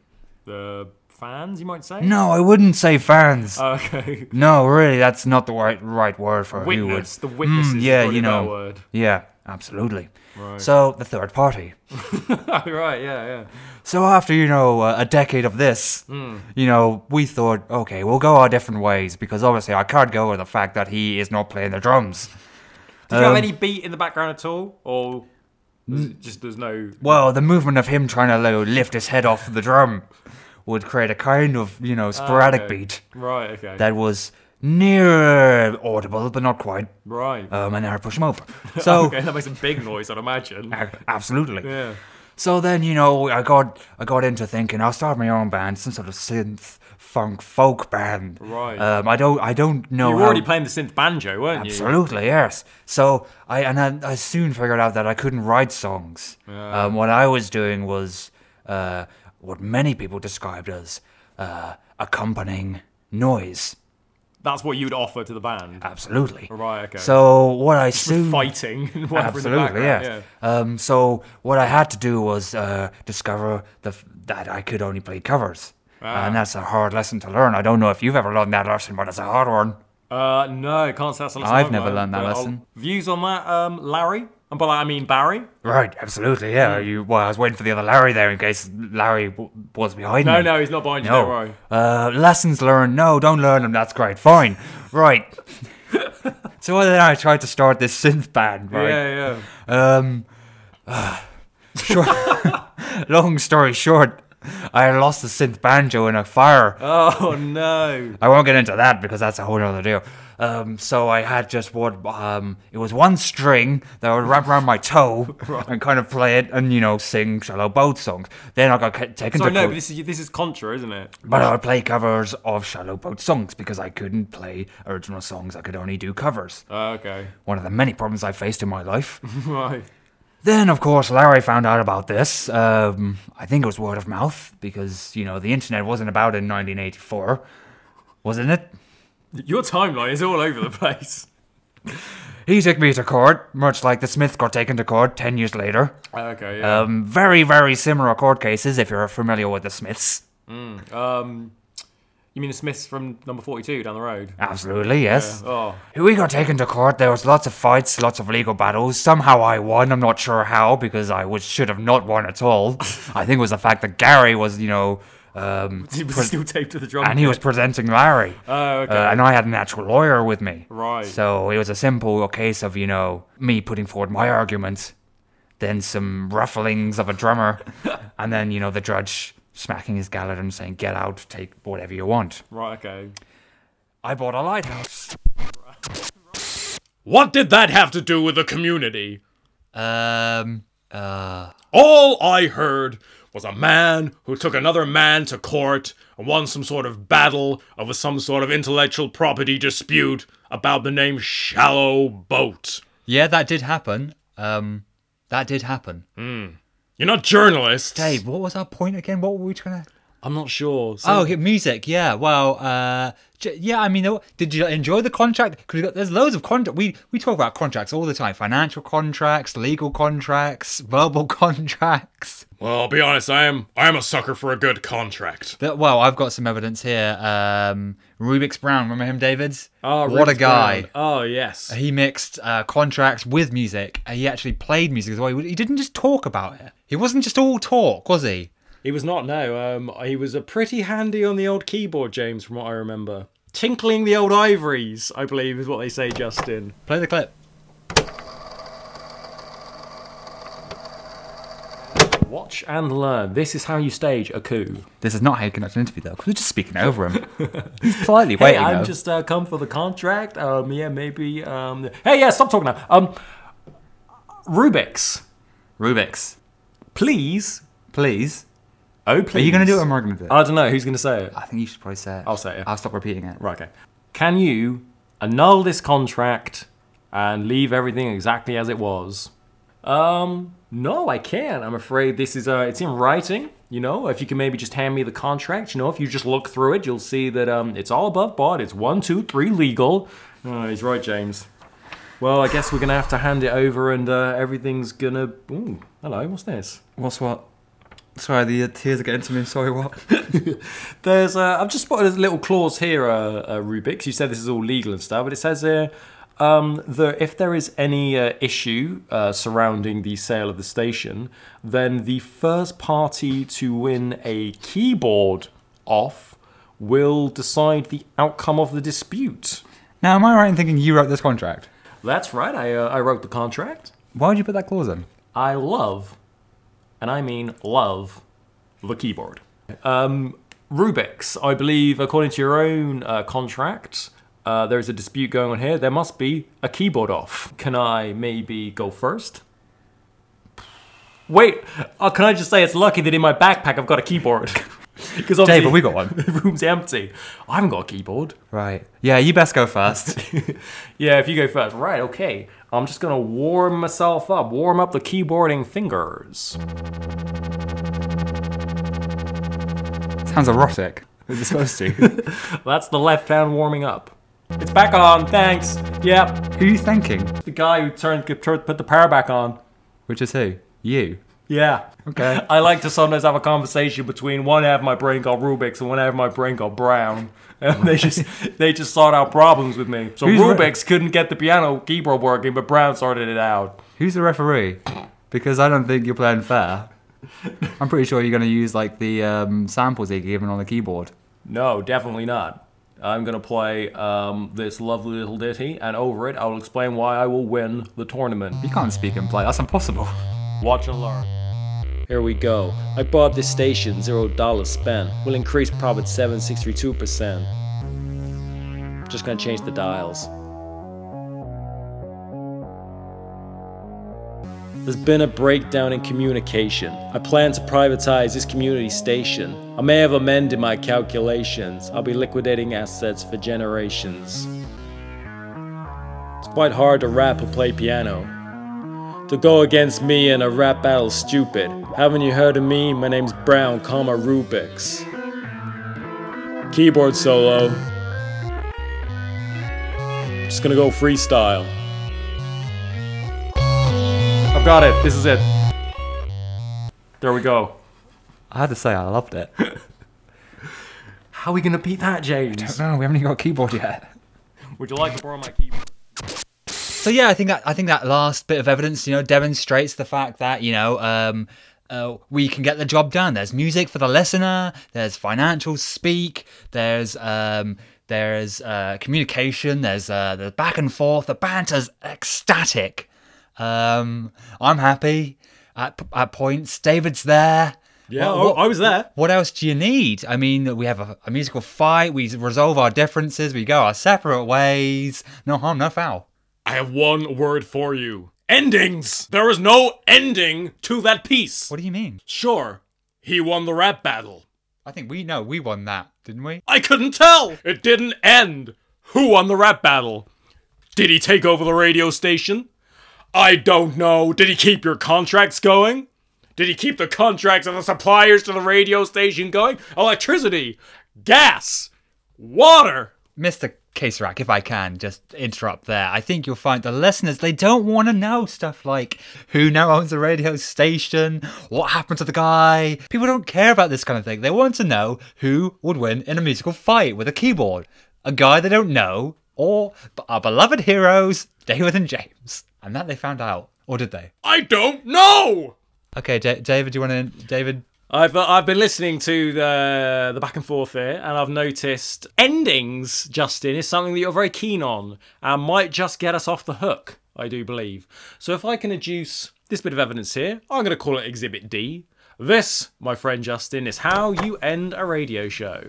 Speaker 7: The fans, you might say.
Speaker 9: No, I wouldn't say fans.
Speaker 7: Oh, Okay.
Speaker 9: no, really, that's not the right right word for who would.
Speaker 7: Witness. The witness
Speaker 9: Mm,
Speaker 7: is
Speaker 9: yeah,
Speaker 7: probably
Speaker 9: you
Speaker 7: a better
Speaker 9: know.
Speaker 7: word.
Speaker 9: Yeah, absolutely. So the third party.
Speaker 7: Oh, right. Yeah. Yeah.
Speaker 9: So after you know uh, a decade of this,
Speaker 7: Hmm.
Speaker 9: you know we thought, okay, we'll go our different ways because obviously I can't go with the fact that he is not playing the drums.
Speaker 7: Did you have
Speaker 9: Um, Mm.
Speaker 7: any beat in the background at all, or was it just there's no?
Speaker 9: Well, the movement of him trying to like, lift his head off the drum would create a kind of you know sporadic
Speaker 7: okay.
Speaker 9: beat
Speaker 7: Right. Okay.
Speaker 9: that was near audible but not quite.
Speaker 7: right.
Speaker 9: Um, and then I push him over. So
Speaker 7: okay. That makes a big noise, I'd imagine.
Speaker 9: a- absolutely.
Speaker 7: Yeah.
Speaker 9: So then, you know, I got I got into thinking I'll start my own band, some sort of synth funk folk band.
Speaker 7: Right.
Speaker 9: Um, I don't I don't know.
Speaker 7: You were
Speaker 9: how-
Speaker 7: already playing the synth banjo, weren't you?
Speaker 9: Absolutely, yes. So I and I, I soon figured out that I couldn't write songs. Um, what I was doing was uh, what many people described as uh, accompanying noise.
Speaker 7: That's what you'd offer to the band.
Speaker 9: Absolutely.
Speaker 7: Right, okay.
Speaker 9: So what I soon
Speaker 7: Fighting and whatever in the
Speaker 9: Absolutely,
Speaker 7: background.
Speaker 9: yes. Um, so what I had to do was uh, discover the f- that I could only play covers,
Speaker 7: Ah.
Speaker 9: and that's a hard lesson to learn. I don't know if you've ever learned that lesson, but it's a hard one.
Speaker 7: Uh, no, can't say that's a lesson.
Speaker 9: I've
Speaker 7: I've
Speaker 9: never
Speaker 7: learned,
Speaker 9: learned that
Speaker 7: but I'll-
Speaker 9: lesson.
Speaker 7: Views on that, um, Larry? And by that I mean Barry?
Speaker 9: Right, absolutely, yeah.
Speaker 7: Hmm.
Speaker 9: You, well, I was waiting for the other Larry there in case Larry w- was behind
Speaker 7: No,
Speaker 9: me.
Speaker 7: no, he's not behind you, don't
Speaker 9: Hmm. No.
Speaker 7: worry.
Speaker 9: Uh, lessons learned. No, don't learn them. That's great. Fine. Right. so then I tried to start this synth band, right?
Speaker 7: Yeah, yeah.
Speaker 9: Um, short, long story short, I lost the synth banjo in a fire.
Speaker 7: Oh, no.
Speaker 9: I won't get into that because that's a whole other deal. Um, so I had just what um, it was one string that I would wrap around my toe and kind of play it and you know sing shallow boat songs. Then I got ca- taken
Speaker 7: Sorry,
Speaker 9: to
Speaker 7: no,
Speaker 9: court,
Speaker 7: but this is, this is Contra, isn't it?
Speaker 9: but I would play covers of shallow boat songs because I couldn't play original songs. I could only do covers.
Speaker 7: Uh, okay.
Speaker 9: One of the many problems I faced in my life.
Speaker 7: Right.
Speaker 9: Then, of course, Larry found out about this. Um, I think it was word of mouth because, you know, the internet wasn't about in 1984, wasn't it?
Speaker 7: Your timeline is all over the place.
Speaker 9: He took me to court, much like the Smiths got taken to court 10 years later.
Speaker 7: Oh, Okay, yeah.
Speaker 9: Um, very, very similar court cases if you're familiar with the Smiths.
Speaker 7: Um, you mean the Smiths from number 42 down the road?
Speaker 9: Absolutely, yes.
Speaker 7: Oh,
Speaker 9: We got taken to court. There was lots of fights, lots of legal battles. Somehow I won. I'm not sure how because I was, should have not won at all. I think it was the fact that Gary was, you know, um,
Speaker 7: he was
Speaker 9: pre-
Speaker 7: still taped to the drum.
Speaker 9: and he was presenting Larry.
Speaker 7: Oh, okay.
Speaker 9: Uh, and I had an actual lawyer with me.
Speaker 7: Right.
Speaker 9: So it was a simple case of, you know, me putting forward my arguments, then some rufflings of a drummer, and then, you know, the judge smacking his gavel and saying, get out, take whatever you want.
Speaker 7: right, okay.
Speaker 9: I bought a lighthouse.
Speaker 3: What did that have to do with the community?
Speaker 2: Um. Uh.
Speaker 3: All I heard was a man who took another man to court and won some sort of battle over some sort of intellectual property dispute about the name Shallow Boat.
Speaker 2: Yeah, that did happen. Um. That did happen.
Speaker 3: You're not journalists.
Speaker 2: Dave, what was our point again? What were we trying to?
Speaker 1: I'm not sure. So
Speaker 2: Oh, okay, music. Yeah. Well. Uh. j- Yeah. I mean, there were- did you enjoy the contract? Because there's loads of contract. We we talk about contracts all the time. Financial contracts, legal contracts, verbal contracts.
Speaker 3: Well, I'll be honest, I am I am a sucker for a good contract.
Speaker 2: That, well, I've got some evidence here. Um, Rubik's Brown, remember him, David?
Speaker 1: Ah,
Speaker 2: what a
Speaker 1: Rubik's
Speaker 2: guy!
Speaker 1: Brown. Oh yes.
Speaker 2: He mixed uh, contracts with music. and He actually played music as well. He didn't just talk about it. He wasn't just all talk, was he?
Speaker 1: He was not, no. Um, he was a pretty handy on the old keyboard, James, from what I remember. Tinkling the old ivories, I believe, is what they say, Justin.
Speaker 2: Play the clip.
Speaker 7: Watch and learn. This is how you stage a coup.
Speaker 2: This is not how you conduct an interview, though, because we're just speaking over him. He's politely waiting.
Speaker 7: hey, I'm
Speaker 2: though.
Speaker 7: just uh, come for the contract. Um, yeah, maybe. Um, hey, yeah, stop talking now. Um, Rubik's.
Speaker 2: Rubik's.
Speaker 7: Please.
Speaker 2: Please.
Speaker 7: Oh, please.
Speaker 2: Are you going to do it or am I going to do it?
Speaker 7: I don't know. Who's going to say it?
Speaker 2: I think you should probably say it.
Speaker 7: I'll say it.
Speaker 2: I'll stop repeating it.
Speaker 7: Right, okay. Can you annul this contract and leave everything exactly as it was? Um, no, I can't. I'm afraid this is uh it's in writing, you know. If you can maybe just hand me the contract, you know, if you just look through it, you'll see that um it's all above board. It's one, two, three legal. Uh, he's right, James. Well, I guess we're gonna have to hand it over and uh, everything's gonna Ooh, hello, what's this?
Speaker 2: What's what? Sorry, the uh, tears are getting to me. Sorry, what?
Speaker 7: There's uh, I've just spotted a little clause here, uh, uh, Rubik's. You said this is all legal and stuff, but it says here um, that if there is any uh, issue uh, surrounding the sale of the station, then the first party to win a keyboard off will decide the outcome of the dispute.
Speaker 2: now, am I right in thinking you wrote this contract?
Speaker 7: That's right. I uh, I wrote the contract.
Speaker 2: Why would you put that clause in?
Speaker 7: I love, and I mean love, the keyboard. Um, Rubik's, I believe, according to your own uh, contract, uh, there is a dispute going on here. There must be a keyboard off. Can I maybe go first? Wait, uh, can I just say it's lucky that in my backpack I've got a keyboard? Because
Speaker 2: Dave,
Speaker 7: obviously
Speaker 2: have we got one?
Speaker 7: the room's empty. I haven't got a keyboard.
Speaker 2: Right. Yeah, you best go first.
Speaker 7: Yeah, if you go first. Right, okay. I'm just gonna warm myself up, warm up the keyboarding fingers.
Speaker 2: Sounds erotic. Is it supposed to?
Speaker 7: That's the left hand warming up. It's back on, thanks. Yep,
Speaker 2: who are you thanking?
Speaker 7: the guy who turned, turned put the power back on.
Speaker 2: Which is who? You.
Speaker 7: Yeah.
Speaker 2: Okay.
Speaker 7: I like to sometimes have a conversation between one half of my brain got Rubik's and one half of my brain got Brown. And they just they just sort out problems with me. So
Speaker 2: Who's right?
Speaker 7: Rubik's couldn't get the piano keyboard working, but Brown sorted it out.
Speaker 2: Who's the referee? Because I don't think you're playing fair. I'm pretty sure you're going to use like the um, samples you're given on the keyboard.
Speaker 7: No, definitely not. I'm gonna play um, this lovely little ditty, and over it, I will explain why I will win the tournament.
Speaker 2: You can't speak and play. That's impossible.
Speaker 7: Watch and learn.
Speaker 1: Here we go. I bought this station, zero dollars spent. Will increase profit 763%. Just gonna change the dials. There's been a breakdown in communication. I plan to privatize this community station. I may have amended my calculations. I'll be liquidating assets for generations. It's quite hard to rap or play piano. To go against me in a rap battle, stupid. Haven't you heard of me? My name's Brown, comma Rubik's. Keyboard solo. Just gonna go freestyle.
Speaker 7: I've got it. This is it. There we go.
Speaker 2: I had to say, I loved it.
Speaker 7: How are we gonna beat that, James?
Speaker 2: No, we haven't even got a keyboard yet.
Speaker 7: Would you like to borrow my keyboard?
Speaker 2: So yeah, I think that I think that last bit of evidence, you know, demonstrates the fact that you know um, uh, we can get the job done. There's music for the listener. There's financial speak. There's um, there's uh, communication. There's uh, the back and forth. The banter's ecstatic. Um, I'm happy at, at points. David's there.
Speaker 1: Yeah, oh,
Speaker 2: What-
Speaker 1: I, I was there.
Speaker 2: What else do you need? I mean, we have a, a musical fight. We resolve our differences. We go our separate ways. No harm, no foul.
Speaker 3: I have one word for you. Endings! There was no ending to that piece.
Speaker 2: What do you mean?
Speaker 3: Sure, he won the rap battle.
Speaker 2: I think we know we won that, didn't we?
Speaker 3: I couldn't tell! It didn't end! Who won the rap battle? Did he take over the radio station? I don't know. Did he keep your contracts going? Did he keep the contracts of the suppliers to the radio station going? Electricity, gas, water!
Speaker 2: Mr. Caserac, if I can just interrupt there, I think you'll find the listeners, they don't want to know stuff like who now owns the radio station, what happened to the guy. People don't care about this kind of thing. They want to know who would win in a musical fight with a keyboard. A guy they don't know, or b- our beloved heroes, David and James. And that they found out. Or did they?
Speaker 3: I don't know!
Speaker 2: Okay, da- David, do you want to. David,
Speaker 1: I've uh, I've been listening to the the back and forth here, and I've noticed endings. Justin is something that you're very keen on, and might just get us off the hook. I do believe. So if I can adduce this bit of evidence here, I'm going to call it Exhibit D. This, my friend Justin, is how you end a radio show.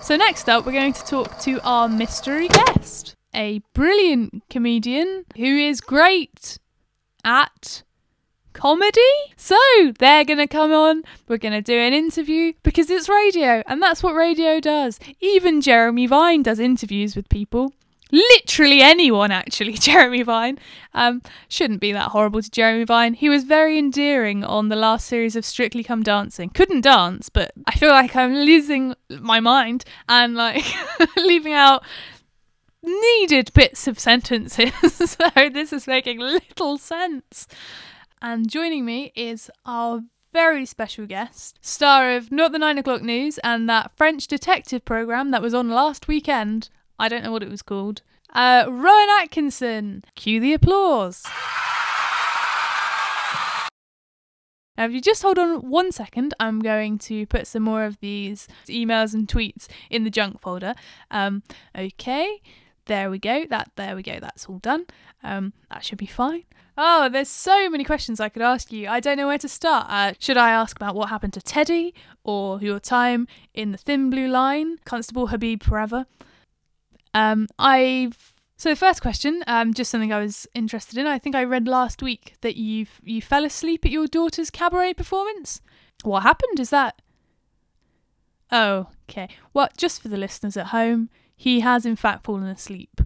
Speaker 10: So, next up, we're going to talk to our mystery guest, a brilliant comedian who is great at comedy. So they're going to come on. We're going to do an interview because it's radio, and that's what radio does. Even Jeremy Vine does interviews with people. Literally anyone, actually, Jeremy Vine. Um, shouldn't be that horrible to Jeremy Vine. He was very endearing on the last series of Strictly Come Dancing. Couldn't dance, but I feel like I'm losing my mind and like leaving out needed bits of sentences. so this is making little sense. And joining me is our very special guest, star of Not the Nine O'Clock News and that French detective program that was on last weekend. I don't know what it was called. Uh, Rowan Atkinson. Cue the applause. Now, if you just hold on one second, I'm going to put some more of these emails and tweets in the junk folder. Um, okay, there we go. That there we go. That's all done. Um, that should be fine. Oh, there's so many questions I could ask you. I don't know where to start. Uh, should I ask about what happened to Teddy or your time in the Thin Blue Line, Constable Habib forever? Um, I've so the first question, um, just something I was interested in. I think I read last week that you you fell asleep at your daughter's cabaret performance. What happened? Is that? Oh, okay. Well, just for the listeners at home, he has in fact fallen asleep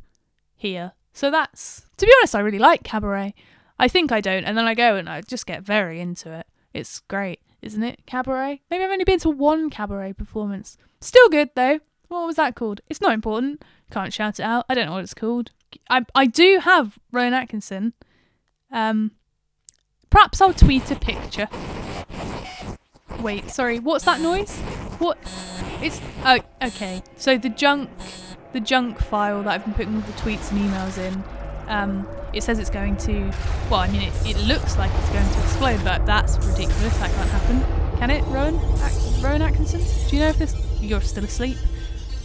Speaker 10: here. So that's to be honest, I really like cabaret. I think I don't, and then I go and I just get very into it. It's great, isn't it? Cabaret. Maybe I've only been to one cabaret performance. Still good though. What was that called? It's not important. Can't shout it out. I don't know what it's called. I I do have Rowan Atkinson. Um, perhaps I'll tweet a picture. Wait, sorry. What's that noise? What? It's oh okay. So the junk, the junk file that I've been putting all the tweets and emails in. Um, it says it's going to. Well, I mean, it, it looks like it's going to explode, but that's ridiculous. That can't happen. Can it, Rowan? Ac- Rowan Atkinson? Do you know if this? You're still asleep.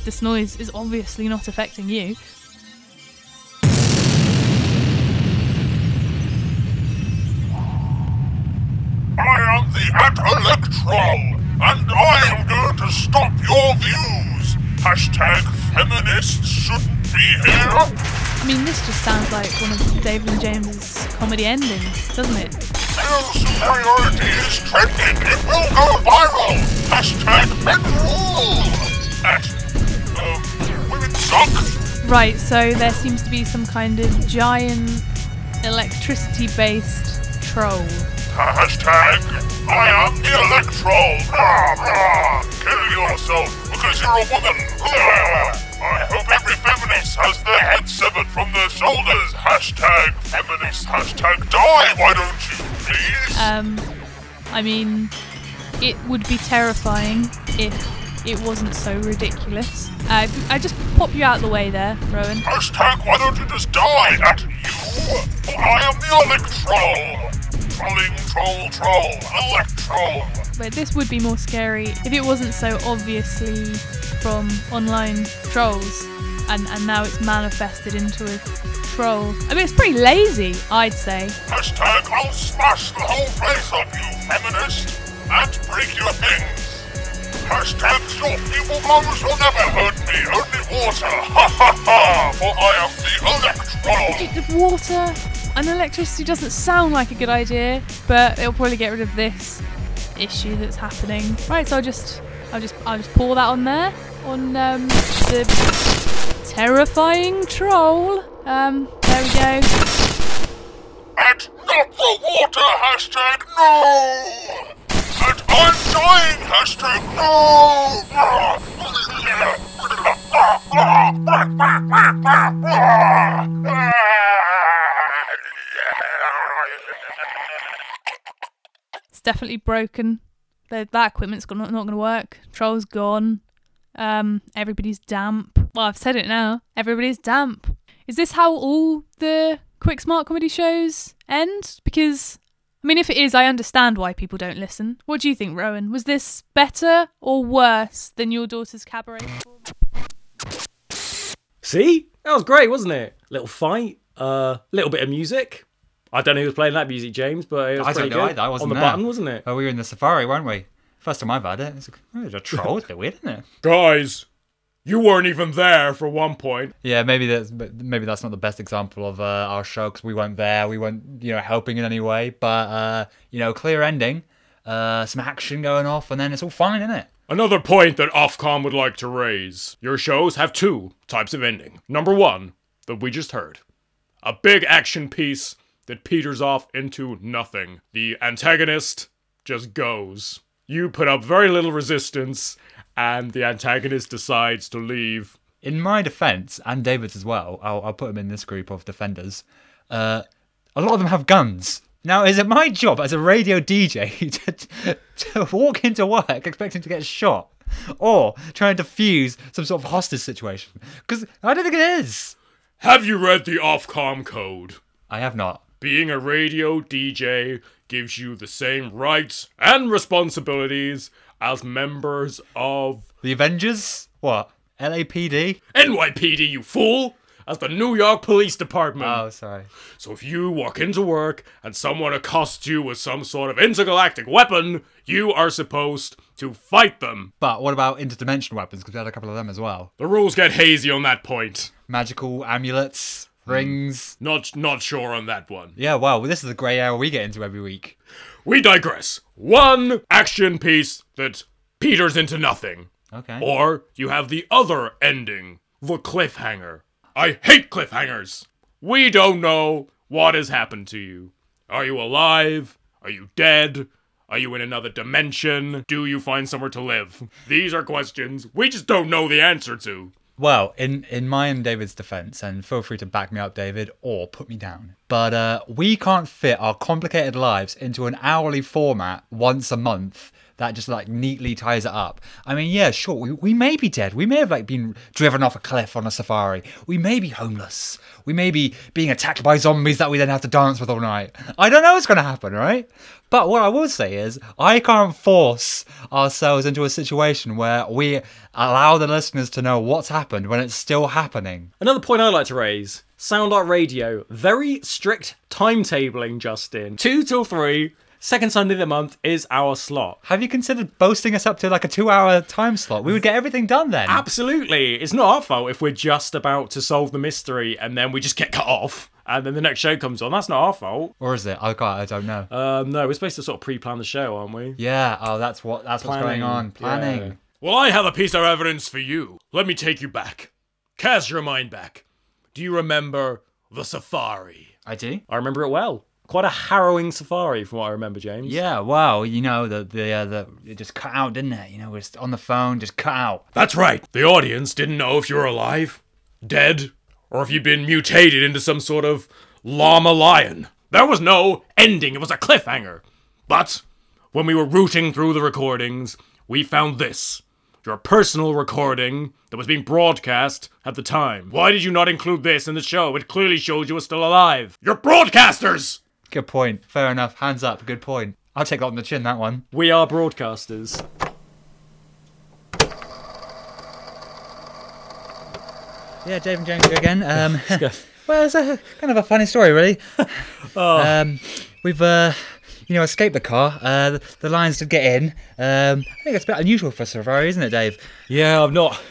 Speaker 10: This noise is obviously not affecting you.
Speaker 11: I am the Electron, and I am going to stop your views. Hashtag feminists shouldn't be here.
Speaker 10: I mean, this just sounds like one of David and James's comedy endings, doesn't it?
Speaker 11: Male superiority is trending. It will go viral. Hashtag men rule. At, uh, women suck.
Speaker 10: Right. So there seems to be some kind of giant electricity-based troll.
Speaker 11: Hashtag I am the Electron. Blah, blah. Kill yourself because you're a woman. Blah. I hope every feminist has their head severed from their shoulders. Hashtag feminist. Hashtag die. Why don't you, please?
Speaker 10: Um, I mean, it would be terrifying if it wasn't so ridiculous. Uh, if- I just pop you out of the way there, Rowan.
Speaker 11: Hashtag why don't you just die at you? For I am the Electron. Trolling troll troll. Electron.
Speaker 10: But this would be more scary if it wasn't so obviously from online trolls, and and now it's manifested into a troll. I mean, it's pretty lazy, I'd say.
Speaker 11: Hashtag I'll smash the whole place up, you feminist, and break your things. Hashtag your feeble blows will never hurt me, only water. Ha ha ha, for I am the Electron.
Speaker 10: The water and electricity doesn't sound like a good idea, but it'll probably get rid of this issue that's happening. Right, so I'll just, I'll just, I'll just pour that on there on um, the terrifying troll. Um, there we go.
Speaker 11: And not the water, hashtag no. And I'm dying, hashtag no.
Speaker 10: It's definitely broken. The, that equipment's gone, not going to work. Troll's gone. Um, everybody's damp. Well, I've said it now. Everybody's damp. Is this how all the quick smart comedy shows end? Because, I mean, if it is, I understand why people don't listen. What do you think, Rowan? Was this better or worse than your daughter's cabaret? performance?
Speaker 1: See? That was great, wasn't it? Little fight, a uh, little bit of music. I don't know who was playing that music, James, but it was
Speaker 2: I
Speaker 1: pretty
Speaker 2: don't know
Speaker 1: good.
Speaker 2: either. I wasn't
Speaker 1: On the
Speaker 2: there.
Speaker 1: button, wasn't it?
Speaker 2: Oh, we were in the safari, weren't we? First time I've had it. It's like, oh, it's a troll. It's a bit weird, isn't it?
Speaker 3: Guys, You weren't even there for one point.
Speaker 2: Yeah, maybe that's but maybe that's not the best example of uh, our show because we weren't there, we weren't you know helping in any way. But uh, you know, clear ending, uh, some action going off, and then it's all fine, isn't it?
Speaker 3: Another point that Ofcom would like to raise your shows have two types of ending. Number one, that we just heard a big action piece that peters off into nothing. The antagonist just goes. You put up very little resistance, and the antagonist decides to leave.
Speaker 2: in my defense and David's as well, I'll, I'll put him in this group of defenders. Uh, a lot of them have guns. Now, is it my job as a radio DJ to, to walk into work expecting to get shot or try and defuse some sort of hostage situation? Because I don't think it is.
Speaker 3: Have you read the Ofcom code?
Speaker 2: I have not.
Speaker 3: Being a radio DJ gives you the same rights and responsibilities as members of
Speaker 2: The Avengers? What? LAPD?
Speaker 3: NYPD, you fool! As the New York Police Department.
Speaker 2: Oh, sorry.
Speaker 3: so if you walk into work and someone accosts you with some sort of intergalactic weapon, you are supposed to fight them.
Speaker 2: But what about interdimensional weapons? Because we had a couple of them as well.
Speaker 3: The rules get hazy on that point.
Speaker 2: Magical amulets, rings.
Speaker 3: Not not sure on that one.
Speaker 2: Yeah, well, this is the grey area we get into every week.
Speaker 3: We digress. One action piece that peters into nothing.
Speaker 2: Okay.
Speaker 3: Or you have the other ending, the cliffhanger. I hate cliffhangers. We don't know what has happened to you. Are you alive? Are you dead? Are you in another dimension? Do you find somewhere to live? These are questions we just don't know the answer to.
Speaker 2: Well, in in my and David's defense, and feel free to back me up, David, or put me down. But uh, we can't fit our complicated lives into an hourly format once a month that just like neatly ties it up. I mean, yeah, sure, we, we may be dead. We may have like been driven off a cliff on a safari. We may be homeless. We may be being attacked by zombies that we then have to dance with all night. I don't know what's gonna happen, right? But what I will say is, I can't force ourselves into a situation where we allow the listeners to know what's happened when it's still happening.
Speaker 1: Another point I'd like to raise Sound Art Radio, very strict timetabling, Justin. Two till three, second Sunday of the month is our slot.
Speaker 2: Have you considered boasting us up to like a two hour time slot? We would get everything done then.
Speaker 1: Absolutely. It's not our fault if we're just about to solve the mystery and then we just get cut off and then the next show comes on. That's not our fault.
Speaker 2: Or is it? I got. I don't know.
Speaker 1: Um, no, we're supposed to sort of pre plan the show, aren't we?
Speaker 2: yeah. Oh, that's what. That's what's going
Speaker 1: Planning,
Speaker 2: on. Planning.
Speaker 1: yeah.
Speaker 3: Well, I have a piece of evidence for you. Let me take you back. Cast your mind back. Do you remember the safari?
Speaker 2: I do.
Speaker 1: I remember it well. Quite a harrowing safari, from what I remember, James.
Speaker 2: Yeah. Well, you know the the uh, the it just cut out, didn't it? You know, it's on the phone, just cut out.
Speaker 3: That's right. The audience didn't know if you were alive, dead, or if you'd been mutated into some sort of llama lion. There was no ending, it was a cliffhanger. But when we were rooting through the recordings, we found this your personal recording that was being broadcast at the time. Why did you not include this in the show? It clearly showed you were still alive. You're broadcasters!
Speaker 2: Good point. Fair enough. Hands up. Good point. I'll take that on the chin. That one.
Speaker 1: We are broadcasters.
Speaker 2: Yeah, Dave and James here again. Um, well, it's a kind of a funny story, really. um, we've, uh, you know, escaped the car. Uh, the, the lions did get in. Um, I think it's a bit unusual for a safari, isn't it, Dave?
Speaker 1: Yeah, I've not.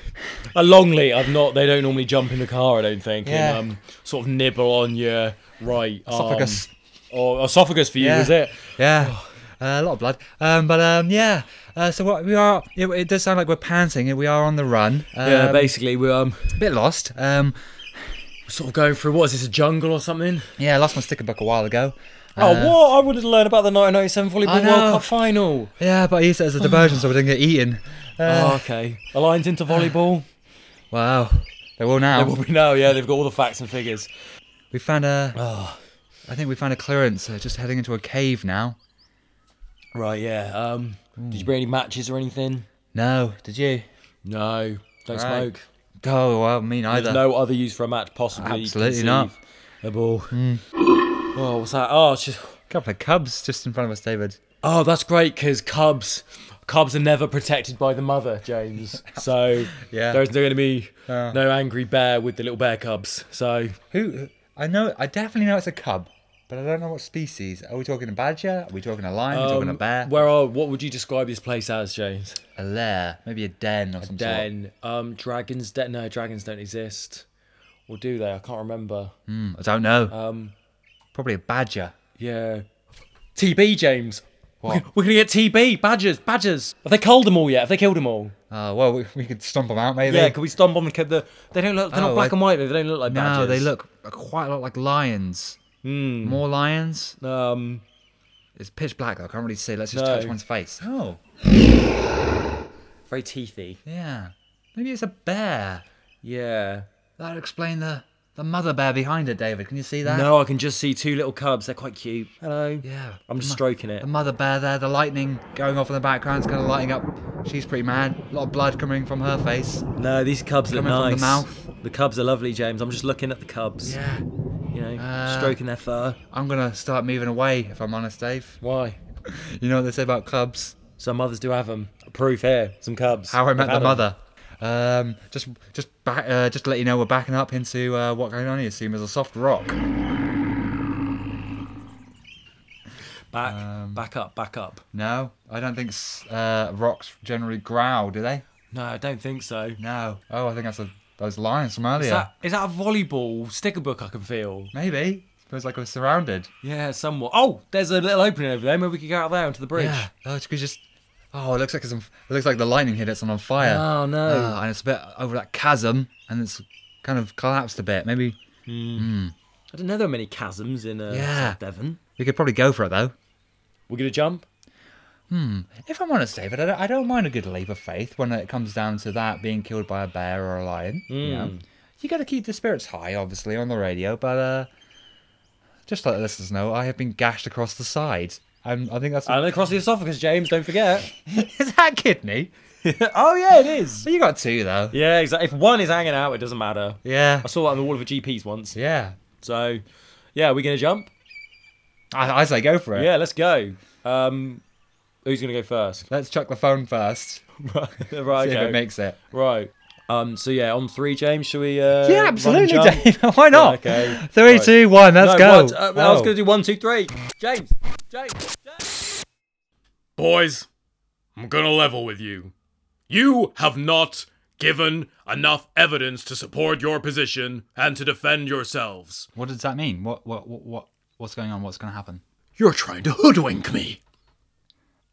Speaker 1: A longley, I've not. They don't normally jump in the car, I don't think,
Speaker 2: Yeah.
Speaker 1: and um, sort of nibble on your right
Speaker 2: Esophagus.
Speaker 1: arm. Or esophagus for you,
Speaker 2: Yeah.
Speaker 1: is it?
Speaker 2: Yeah. Uh, a lot of blood, um, but um, yeah. Uh, so what we are? It, it does sound like we're panting. We are on the run. Um,
Speaker 1: Yeah, basically, we're um,
Speaker 2: a bit lost. Um,
Speaker 1: sort of going through, what is this, a jungle or something?
Speaker 2: yeah, I lost my sticker book a while ago.
Speaker 1: oh, what? I wanted to learn about the 1997
Speaker 2: I
Speaker 1: Volleyball
Speaker 2: know.
Speaker 1: World Cup final.
Speaker 2: Yeah, but I used it as a diversion, so we didn't get eaten.
Speaker 1: oh, okay. The Lions into volleyball?
Speaker 2: Wow, they will now.
Speaker 1: They will be now, yeah, they've got all the facts and figures.
Speaker 2: We found a. I think we found a clearance. Uh, just heading into a cave now.
Speaker 1: Right, yeah. Um, Did you bring any matches or anything?
Speaker 2: No, did you?
Speaker 1: No. Don't
Speaker 2: Right.
Speaker 1: smoke.
Speaker 2: Oh well, me neither.
Speaker 1: There's no other use for a match possibly.
Speaker 2: Absolutely not.
Speaker 1: conceive- A ball. Oh, what's that? Oh, it's just,
Speaker 2: couple of cubs just in front of us, David.
Speaker 1: oh, that's great because Cubs, Cubs are never protected by the mother, James. So
Speaker 2: Yeah.
Speaker 1: there's going to be no angry bear with the little bear cubs. So
Speaker 2: Who? I know. I definitely know it's a cub. But I don't know what species. Are we talking a badger? Are we talking a lion? Are we talking a
Speaker 7: Um,
Speaker 2: bear?
Speaker 7: Where are? What would you describe this place as, James?
Speaker 2: a lair? Maybe a den or some sort.
Speaker 7: Den. Um, dragons. De- no, dragons don't exist. Or do they? I can't remember.
Speaker 2: Hmm, I don't know.
Speaker 7: Um,
Speaker 2: Probably a badger.
Speaker 7: yeah. TB, James. What? We're gonna get TB. Badgers. Badgers. Have they culled them all yet? Have they killed them all?
Speaker 2: Oh well, we, we could stomp them out maybe.
Speaker 7: Yeah. Can we stomp on them? Can the, they don't look. They're
Speaker 2: Oh,
Speaker 7: not black
Speaker 2: I-
Speaker 7: and white. They don't look like
Speaker 2: no,
Speaker 7: badgers.
Speaker 2: they look quite a lot like lions. More lions.
Speaker 7: Um.
Speaker 2: It's pitch black. though, I can't really see. Let's just
Speaker 7: No.
Speaker 2: touch one's face. Oh,
Speaker 7: Very teethy.
Speaker 2: yeah. Maybe it's a bear.
Speaker 7: Yeah.
Speaker 2: That'll explain the the mother bear behind her. David, can you see that?
Speaker 7: No, I can just see two little cubs. They're quite cute. Hello.
Speaker 2: Yeah.
Speaker 7: I'm
Speaker 2: The
Speaker 7: just
Speaker 2: mo-
Speaker 7: stroking it.
Speaker 2: The mother bear there, the lightning going off in the background, it's kind of lighting up. She's pretty mad. A lot of blood coming from her face.
Speaker 7: No, these cubs look
Speaker 2: Coming
Speaker 7: nice.
Speaker 2: from the mouth.
Speaker 7: The cubs are lovely, James. I'm just looking at the cubs.
Speaker 2: Yeah.
Speaker 7: You know,
Speaker 2: Uh,
Speaker 7: stroking their fur.
Speaker 2: I'm gonna start moving away if I'm honest, Dave.
Speaker 7: Why?
Speaker 2: You know what they say about cubs?
Speaker 7: Some mothers do have them. Proof here. Some cubs.
Speaker 2: How I met
Speaker 7: I've had
Speaker 2: the
Speaker 7: 'em.
Speaker 2: mother. Um, just, just back, uh, just to let you know, we're backing up into uh, what going on here. Assume is a soft rock.
Speaker 7: Back,
Speaker 2: Um,
Speaker 7: back up, back up.
Speaker 2: No, I don't think s- uh, rocks generally growl, do they?
Speaker 7: No, I don't think so.
Speaker 2: No. Oh, I think that's a, those lions from earlier.
Speaker 7: Is that is that a volleyball sticker book I can feel?
Speaker 2: Maybe. Feels like we're surrounded.
Speaker 7: Yeah, somewhat. Oh, there's a little opening over there. Maybe we could go out there onto the bridge.
Speaker 2: Yeah. Oh, it's 'cause just. Oh, it looks like it's on, it looks like the lightning hit it on fire.
Speaker 7: Oh, no.
Speaker 2: Ah, and it's a bit over that chasm, and it's kind of collapsed a bit. Maybe
Speaker 7: I didn't know there were many chasms in uh,
Speaker 2: Yeah.
Speaker 7: Devon.
Speaker 2: we could probably go for it though.
Speaker 7: We're gonna jump.
Speaker 2: If I'm honest, David, I don't, I don't mind a good leap of faith when it comes down to that being killed by a bear or a lion. You,
Speaker 7: Hmm.
Speaker 2: know? you got to keep the spirits high, obviously, on the radio, but uh, just to let the listeners know, I have been gashed across the side. Um, I think that's.
Speaker 7: And across the esophagus, James. Don't forget.
Speaker 2: is that kidney?
Speaker 7: oh yeah, it is.
Speaker 2: You got two though.
Speaker 7: Yeah, exactly. If one is hanging out, it doesn't matter.
Speaker 2: Yeah.
Speaker 7: I saw that on the wall of a GP's once.
Speaker 2: Yeah.
Speaker 7: So, yeah, we're gonna jump.
Speaker 2: I, I say go for it.
Speaker 7: Yeah, let's go. Um, who's gonna go first?
Speaker 2: Let's chuck the phone first.
Speaker 7: right,
Speaker 2: See if
Speaker 7: okay.
Speaker 2: it makes it.
Speaker 7: right. Um, so yeah, on three, James. Should we?
Speaker 2: yeah,
Speaker 7: Uh, run and
Speaker 2: absolutely,
Speaker 7: jump?
Speaker 2: Dave. Why not?
Speaker 7: okay.
Speaker 2: Three,
Speaker 7: Right.
Speaker 2: two, one. Let's
Speaker 7: No,
Speaker 2: go.
Speaker 7: what? Uh, I was
Speaker 2: Oh.
Speaker 7: gonna do one, two, three. James, James, James.
Speaker 3: Boys, I'm gonna level with you. You have not given enough evidence to support your position and to defend yourselves.
Speaker 2: What does that mean? What, what, what, what, what's going on? What's going to happen?
Speaker 3: You're trying to hoodwink me.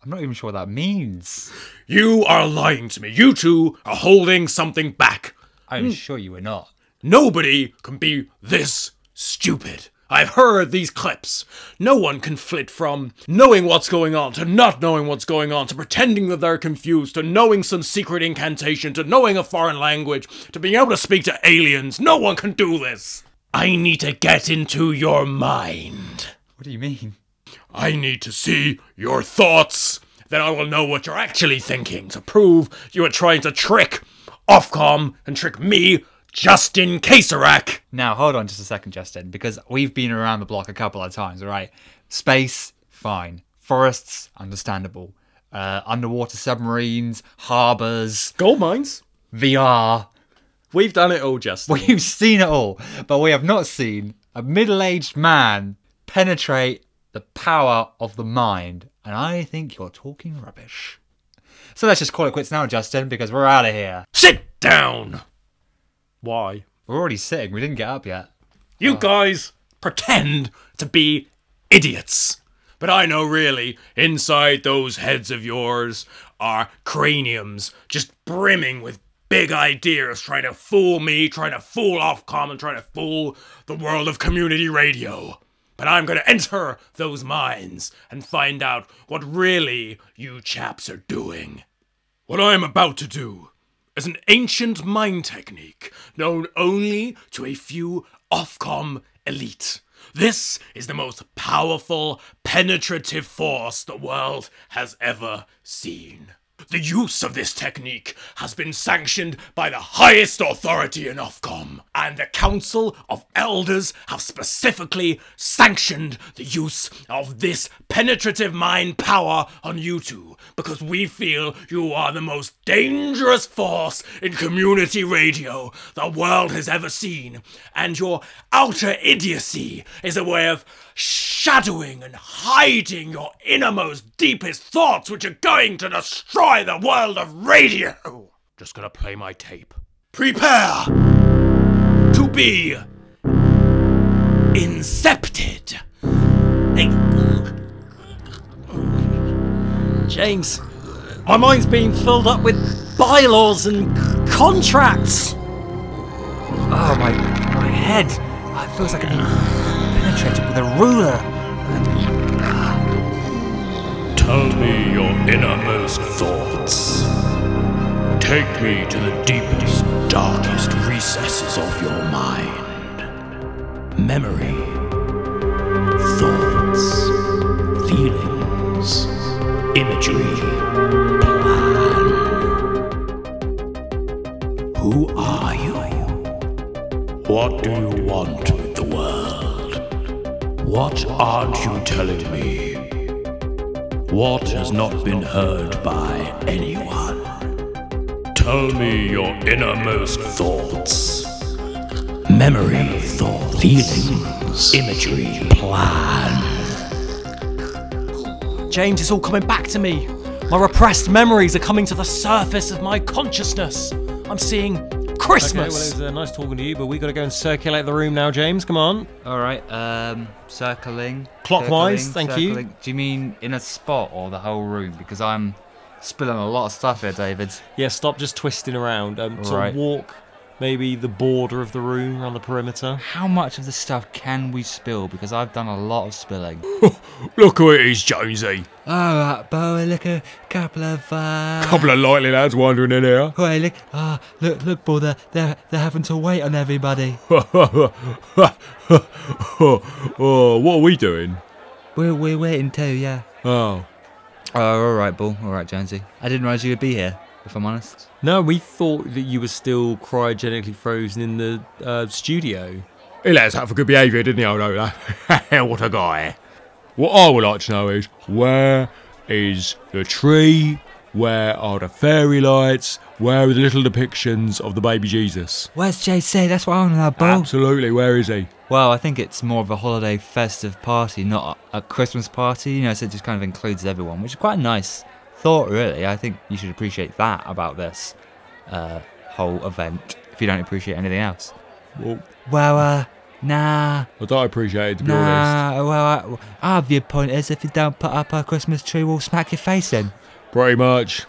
Speaker 2: I'm not even sure what that means.
Speaker 3: You are lying to me. You two are holding something back.
Speaker 2: I'm sure you were not.
Speaker 3: Nobody can be this stupid. I've heard these clips. No one can flit from knowing what's going on to not knowing what's going on to pretending that they're confused to knowing some secret incantation to knowing a foreign language to being able to speak to aliens. No one can do this. I need to get into your mind.
Speaker 2: What do you mean?
Speaker 3: I need to see your thoughts. Then I will know what you're actually thinking to prove you are trying to trick Ofcom and trick me, Justin Kaserac.
Speaker 2: Now, hold on just a second, Justin, because we've been around the block a couple of times, all right? Space, fine. Forests, understandable. Uh, underwater submarines, harbors,
Speaker 12: Gold mines.
Speaker 2: VR.
Speaker 12: We've done it all, Justin.
Speaker 2: We've seen it all, but we have not seen a middle aged man penetrate the power of the mind. And I think you're talking rubbish. So let's just call it quits now, Justin, because we're out of here.
Speaker 3: Sit down.
Speaker 12: Why?
Speaker 2: We're already sitting, we didn't get up yet.
Speaker 3: You guys pretend to be idiots. But I know really, inside those heads of yours are craniums just brimming with big ideas, trying to fool me, trying to fool Ofcom, and trying to fool the world of community radio. But I'm going to enter those minds and find out what really you chaps are doing. What I am about to do is an ancient mind technique known only to a few Ofcom elite. This is the most powerful, penetrative force the world has ever seen. The use of this technique has been sanctioned by the highest authority in Ofcom. I
Speaker 13: and the Council of Elders have specifically sanctioned the use of this penetrative mind power on you two because we feel you are the most dangerous force in community radio the world has ever seen, and your outer idiocy is a way of shadowing and hiding your innermost, deepest thoughts, which are going to destroy the world of radio. Just gonna play my tape. Prepare to be incepted.
Speaker 7: James, my mind's being filled up with bylaws and contracts.
Speaker 14: Oh, my, my head. Oh, it feels like I'm being penetrated with a ruler.
Speaker 3: Tell me your innermost thoughts. Take me to the deepest, darkest recesses of your mind. Memory, thoughts, feelings, imagery, plan. Who are you? What do you want with the world? What aren't you telling me? What has not been heard by anyone? Tell me your innermost thoughts. Memory, thoughts, feelings, imagery, plan.
Speaker 7: James, it's all coming back to me. My repressed memories are coming to the surface of my consciousness. I'm seeing
Speaker 15: Okay, well, it
Speaker 7: Christmas.
Speaker 15: was uh, nice talking to you, but we got to go and circulate the room now, James. Come on.
Speaker 2: All right. Um, circling.
Speaker 7: Clockwise, thank you.
Speaker 2: you. Do you mean in a spot or the whole room? Because I'm spilling a lot of stuff here, David.
Speaker 7: yeah, stop just twisting around. Um, to
Speaker 2: Right.
Speaker 7: walk maybe the border of the room around the perimeter.
Speaker 2: How much of this stuff can we spill? Because I've done a lot of spilling.
Speaker 3: Look who it is, Jonesy.
Speaker 2: All right, boy. Look a couple of. Uh...
Speaker 3: Couple of lightly lads wandering in here.
Speaker 2: Wait, look, ah, look, look, boy, they're, they're, they're having to wait on everybody.
Speaker 3: oh, what are we doing?
Speaker 2: We're, we're waiting too, yeah.
Speaker 3: Oh.
Speaker 2: Oh, all right, Bull. All right, Jonesy. I didn't realise you would be here, if I'm honest.
Speaker 7: No, we thought that you were still cryogenically frozen in the uh, studio.
Speaker 3: He let us out for good behaviour, didn't he, old Ola? what a guy. What I would like to know is where is the tree? Where are the fairy lights? Where are the little depictions of the baby Jesus?
Speaker 2: Where's JC? That's what I want to know, Bull.
Speaker 3: Absolutely, where is he?
Speaker 2: Well, I think it's more of a holiday festive party, not a, a Christmas party. You know, so it just kind of includes everyone, which is quite a nice thought, really. I think you should appreciate that about this uh, whole event if you don't appreciate anything else.
Speaker 3: Well,
Speaker 2: Well, uh, nah,
Speaker 3: I don't appreciate it, to be honest.
Speaker 2: nah. Well, I, our viewpoint is if you don't put up a Christmas tree, we'll smack your face in.
Speaker 3: Pretty much.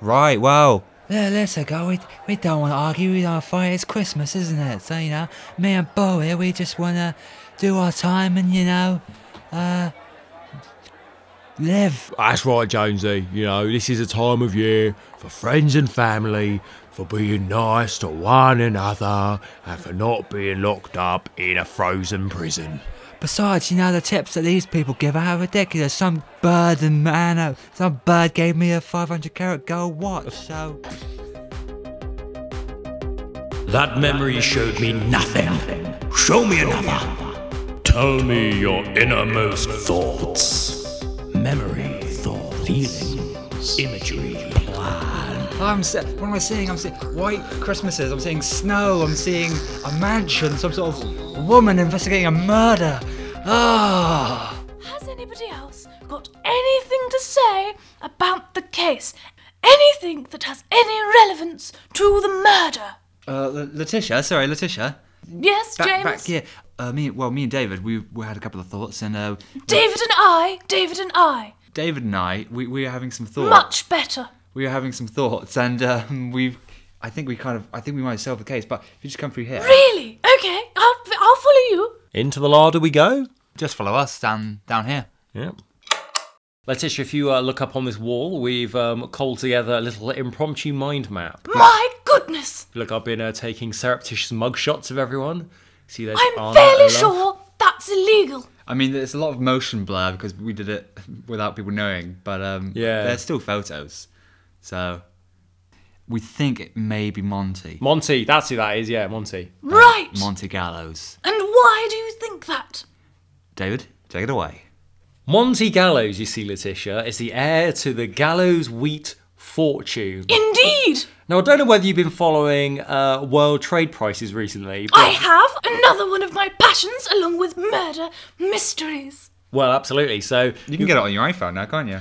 Speaker 2: Right, well. Listen, go. We, we don't want to argue. We don't fight. It's Christmas, isn't it? So, you know, me and Bo here, we just want to do our time and, you know, uh, live.
Speaker 3: That's right, Jonesy. You know, this is a time of year for friends and family, for being nice to one another, and for not being locked up in a frozen prison.
Speaker 2: Besides, you know, the tips that these people give out are ridiculous. Some bird and man, uh, some bird gave me a 500 carat gold watch, so.
Speaker 13: That memory showed me nothing. Show me another.
Speaker 3: Tell me your innermost thoughts.
Speaker 13: Memory, thought, feelings, imagery, plan.
Speaker 2: I'm se- what am I seeing? I'm seeing white Christmases. I'm seeing snow. I'm seeing a mansion. Some sort of woman investigating a murder. Ah.
Speaker 10: Has anybody else got anything to say about the case? Anything that has any relevance to the murder?
Speaker 2: Uh, La- Letitia. Sorry, Letitia.
Speaker 10: Yes,
Speaker 2: Back,
Speaker 10: James?
Speaker 2: back here. Uh, me. Well, me and David. We we had a couple of thoughts, and uh,
Speaker 10: David and I, David and I.
Speaker 2: David and I. We we were having some thoughts.
Speaker 10: Much better.
Speaker 2: We were having some thoughts, and um, we've. I think we kind of. I think we might solve the case. But if you just come through here,
Speaker 10: Really? Okay, I'll, I'll follow you.
Speaker 7: Into the larder we go.
Speaker 2: just follow us down down here.
Speaker 7: Yep. Letitia, if you uh, look up on this wall, we've um, culled together a little impromptu mind map.
Speaker 10: My goodness!
Speaker 7: Look, I've been uh, taking surreptitious mugshots of everyone. See, there's
Speaker 10: I'm
Speaker 7: Anna
Speaker 10: fairly
Speaker 7: Olaf.
Speaker 10: sure that's illegal.
Speaker 2: I mean, there's a lot of motion blur because we did it without people knowing, but um,
Speaker 7: Yeah.
Speaker 2: there's still photos. So, We think it may be Monty.
Speaker 7: Monty, that's who that is. Yeah, Monty.
Speaker 10: Right!
Speaker 2: Monty Gallows.
Speaker 10: And why do you think that?
Speaker 2: David, take it away.
Speaker 7: Monty Gallows, you see, Letitia, is the heir to the Gallows Wheat fortune.
Speaker 10: Indeed!
Speaker 7: Now, I don't know whether you've been following uh, world trade prices recently. But,
Speaker 10: I have another one of my passions along with murder mysteries.
Speaker 7: Well, absolutely. So
Speaker 2: You can get it on your iPhone now, can't you?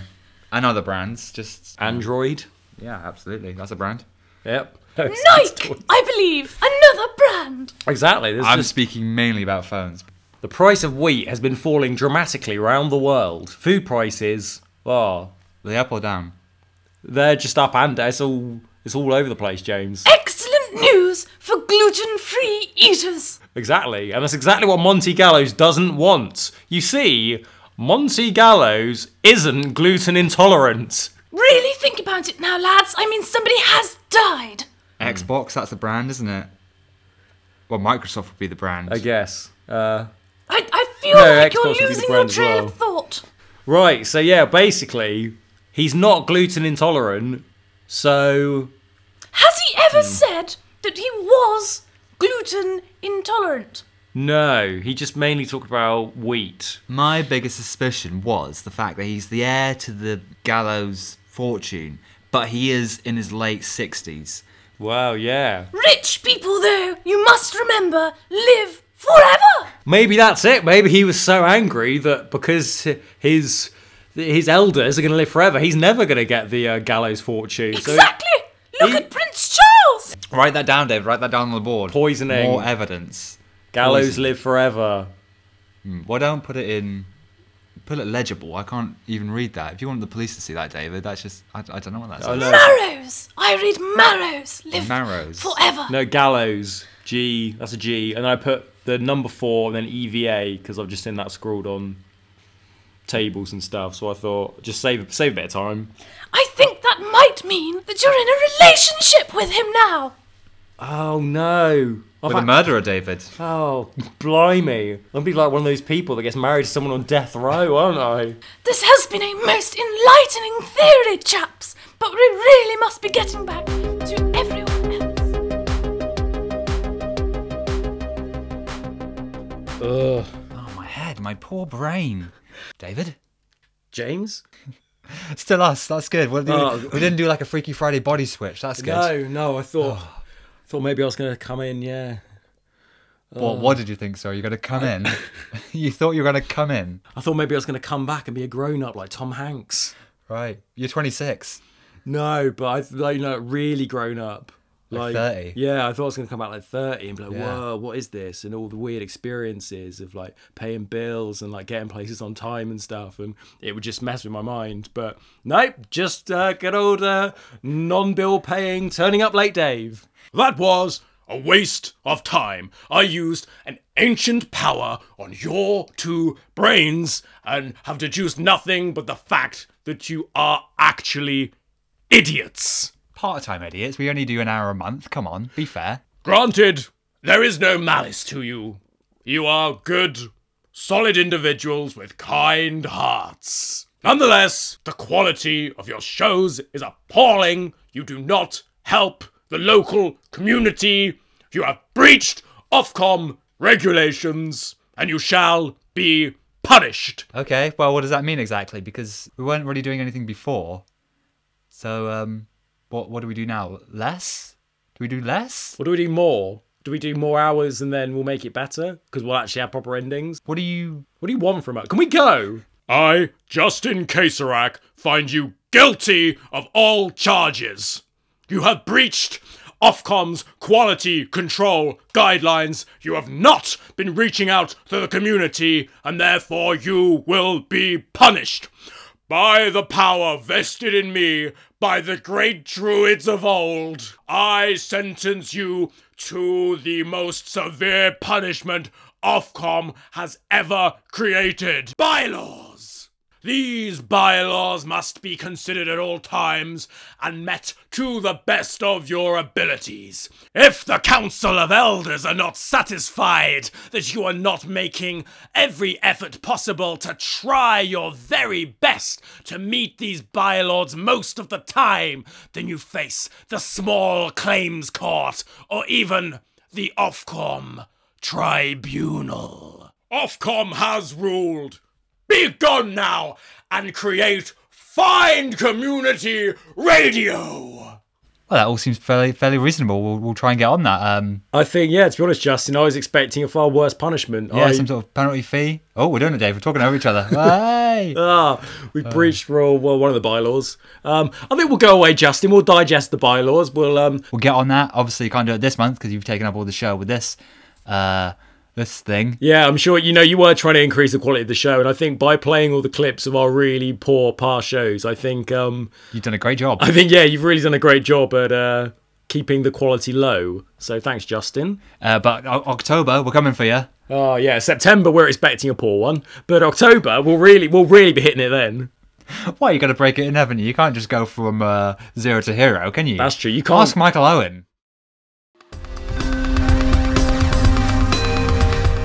Speaker 2: And other brands, just
Speaker 7: Android.
Speaker 2: Yeah, absolutely. That's a brand.
Speaker 7: Yep.
Speaker 10: Nike, I believe. Another brand.
Speaker 7: Exactly. There's
Speaker 2: I'm
Speaker 7: just-
Speaker 2: speaking mainly about phones.
Speaker 7: The price of wheat has been falling dramatically around the world. Food prices, oh,
Speaker 2: Are they up or down?
Speaker 7: they're just up and down. It's all it's all over the place, James.
Speaker 10: Excellent news for gluten free eaters.
Speaker 7: Exactly, and that's exactly what Monty Gallows doesn't want. You see, Monty Gallows isn't gluten intolerant.
Speaker 10: Really think about it now, lads. I mean, somebody has died.
Speaker 7: Hmm.
Speaker 2: Xbox, that's the brand, isn't it? Well, Microsoft would be the brand.
Speaker 7: I guess. Uh,
Speaker 10: I, I feel
Speaker 7: No,
Speaker 10: like
Speaker 7: Xbox would be the
Speaker 10: you're losing your
Speaker 7: brand as
Speaker 10: trail
Speaker 7: well.
Speaker 10: of thought.
Speaker 7: right, so yeah, basically, he's not gluten intolerant. So
Speaker 10: Has he
Speaker 7: Hmm.
Speaker 10: ever said that he was gluten intolerant?
Speaker 7: no, he just mainly talked about wheat.
Speaker 2: My biggest suspicion was the fact that he's the heir to the gallows fortune, but he is in his late 60s.
Speaker 7: Wow, yeah.
Speaker 10: Rich people, though, you must remember, live forever.
Speaker 7: Maybe that's it. Maybe he was so angry that because his his elders are going to live forever, he's never going to get the uh, gallows fortune.
Speaker 10: Exactly. Look
Speaker 7: he-
Speaker 10: at Prince Charles.
Speaker 2: Write that down, Dave. Write that down on the board.
Speaker 7: Poisoning.
Speaker 2: More evidence.
Speaker 7: So gallows
Speaker 2: Poison.
Speaker 7: live forever.
Speaker 2: Why don't put it in. Put it legible. I can't even read that. If you want the police to see that, David, that's just. I, I don't know what that says.
Speaker 7: Oh, no,
Speaker 10: Marrows. I read marrows. Live
Speaker 2: Marrows.
Speaker 10: forever.
Speaker 7: no gallows. G. That's a G. And I put the number four and then E EVA because I've just seen that scrawled on tables and stuff. So I thought just save save a bit of time.
Speaker 10: I think that might mean that you're in a relationship with him now.
Speaker 7: Oh no. I've
Speaker 2: With a
Speaker 7: had-
Speaker 2: murderer, David.
Speaker 7: oh, blimey. I'll be like one of those people that gets married to someone on death row, aren't I?
Speaker 10: This has been a most enlightening theory, chaps, but we really must be getting back to everyone else.
Speaker 7: Ugh.
Speaker 2: Oh, my head, my poor brain. David?
Speaker 7: James?
Speaker 2: Still us. That's good. What did
Speaker 7: Oh.
Speaker 2: we, we didn't do like a Freaky Friday body switch. That's good.
Speaker 7: No, no, I thought
Speaker 16: Oh.
Speaker 7: thought maybe I was gonna come in, yeah. Oh.
Speaker 2: What, what did you think, sir? You're going to come in? you thought you were going to come in.
Speaker 7: I thought maybe I was gonna come back and be a grown up like Tom Hanks.
Speaker 2: Right. You're 26.
Speaker 7: No, but I like you know, really grown up.
Speaker 2: Like 30.
Speaker 7: Yeah, I thought I was gonna come out like thirty and be like,
Speaker 2: Yeah.
Speaker 7: whoa, what is this? And all the weird experiences of like paying bills and like getting places on time and stuff and it would just mess with my mind. But nope, just uh, good old uh, non bill paying turning up late Dave.
Speaker 3: That was a waste of time. I used an ancient power on your two brains and have deduced nothing but the fact that you are actually idiots.
Speaker 2: Part time idiots. We only do an hour a month. Come on. Be fair.
Speaker 3: Granted, there is no malice to you. You are good, solid individuals with kind hearts. Nonetheless, the quality of your shows is appalling. You do not help the local community. You have breached Ofcom regulations, and you shall be punished.
Speaker 2: Okay. Well, what does that mean exactly? Because we weren't really doing anything before. So, um, what, what do we do now? Less? Do we do less?
Speaker 7: Or do we do more? Do we do more hours and then we'll make it better? Because we'll actually have proper endings.
Speaker 2: What do you.
Speaker 7: What do you want from us? Can we go?
Speaker 3: I, Justin Caserak, find you guilty of all charges. You have breached Ofcom's quality control guidelines. You have not been reaching out to the community, and therefore you will be punished. By the power vested in me by the great druids of old, I sentence you to the most severe punishment Ofcom has ever created bylaws. These bylaws must be considered at all times and met to the best of your abilities. If the Council of Elders are not satisfied that you are not making every effort possible to try your very best to meet these bylaws most of the time, then you face the Small Claims Court or even the Ofcom Tribunal. Ofcom has ruled. Be gone now and create fine community radio.
Speaker 2: Well, that all seems fairly fairly reasonable. We'll, we'll try and get on that. Um,
Speaker 16: I think, yeah, to be honest, Justin, I was expecting a far worse punishment.
Speaker 2: yeah,
Speaker 16: I-
Speaker 2: some sort of penalty fee. Oh, we're doing it, Dave. We're talking over each other. Hey!
Speaker 16: Ah, we
Speaker 7: Oh.
Speaker 16: breached rule well, one of the bylaws. Um, I think we'll go away, Justin. We'll digest the bylaws. We'll um,
Speaker 2: we'll get on that. Obviously, you can't do it this month because you've taken up all the show with this, uh, this thing.
Speaker 16: Yeah, I'm sure you know you were trying to increase the quality of the show, and I think by playing all the clips of our really poor past shows, I think um,
Speaker 2: You've done a great job.
Speaker 16: I think yeah, you've really done a great job at uh, keeping the quality low. So thanks, Justin.
Speaker 2: Uh, but o- October, we're coming for you.
Speaker 16: Oh yeah, September we're expecting a poor one, but October we'll really we'll really be hitting it then.
Speaker 2: Why you got to break it in, haven't you? You can't just go from uh, zero to hero, can you?
Speaker 16: That's true, you can't.
Speaker 2: Ask Michael Owen.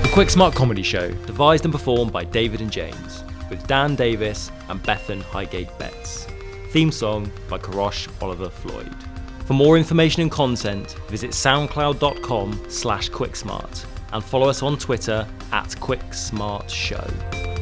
Speaker 7: The Quick Smart Comedy Show, devised and performed by David and James, with Dan Davis and Bethan Highgate Betts. Theme song by Karosh Oliver Floyd. For more information and content, visit soundcloud.com slash quicksmart and follow us on Twitter at QuickSmartShow.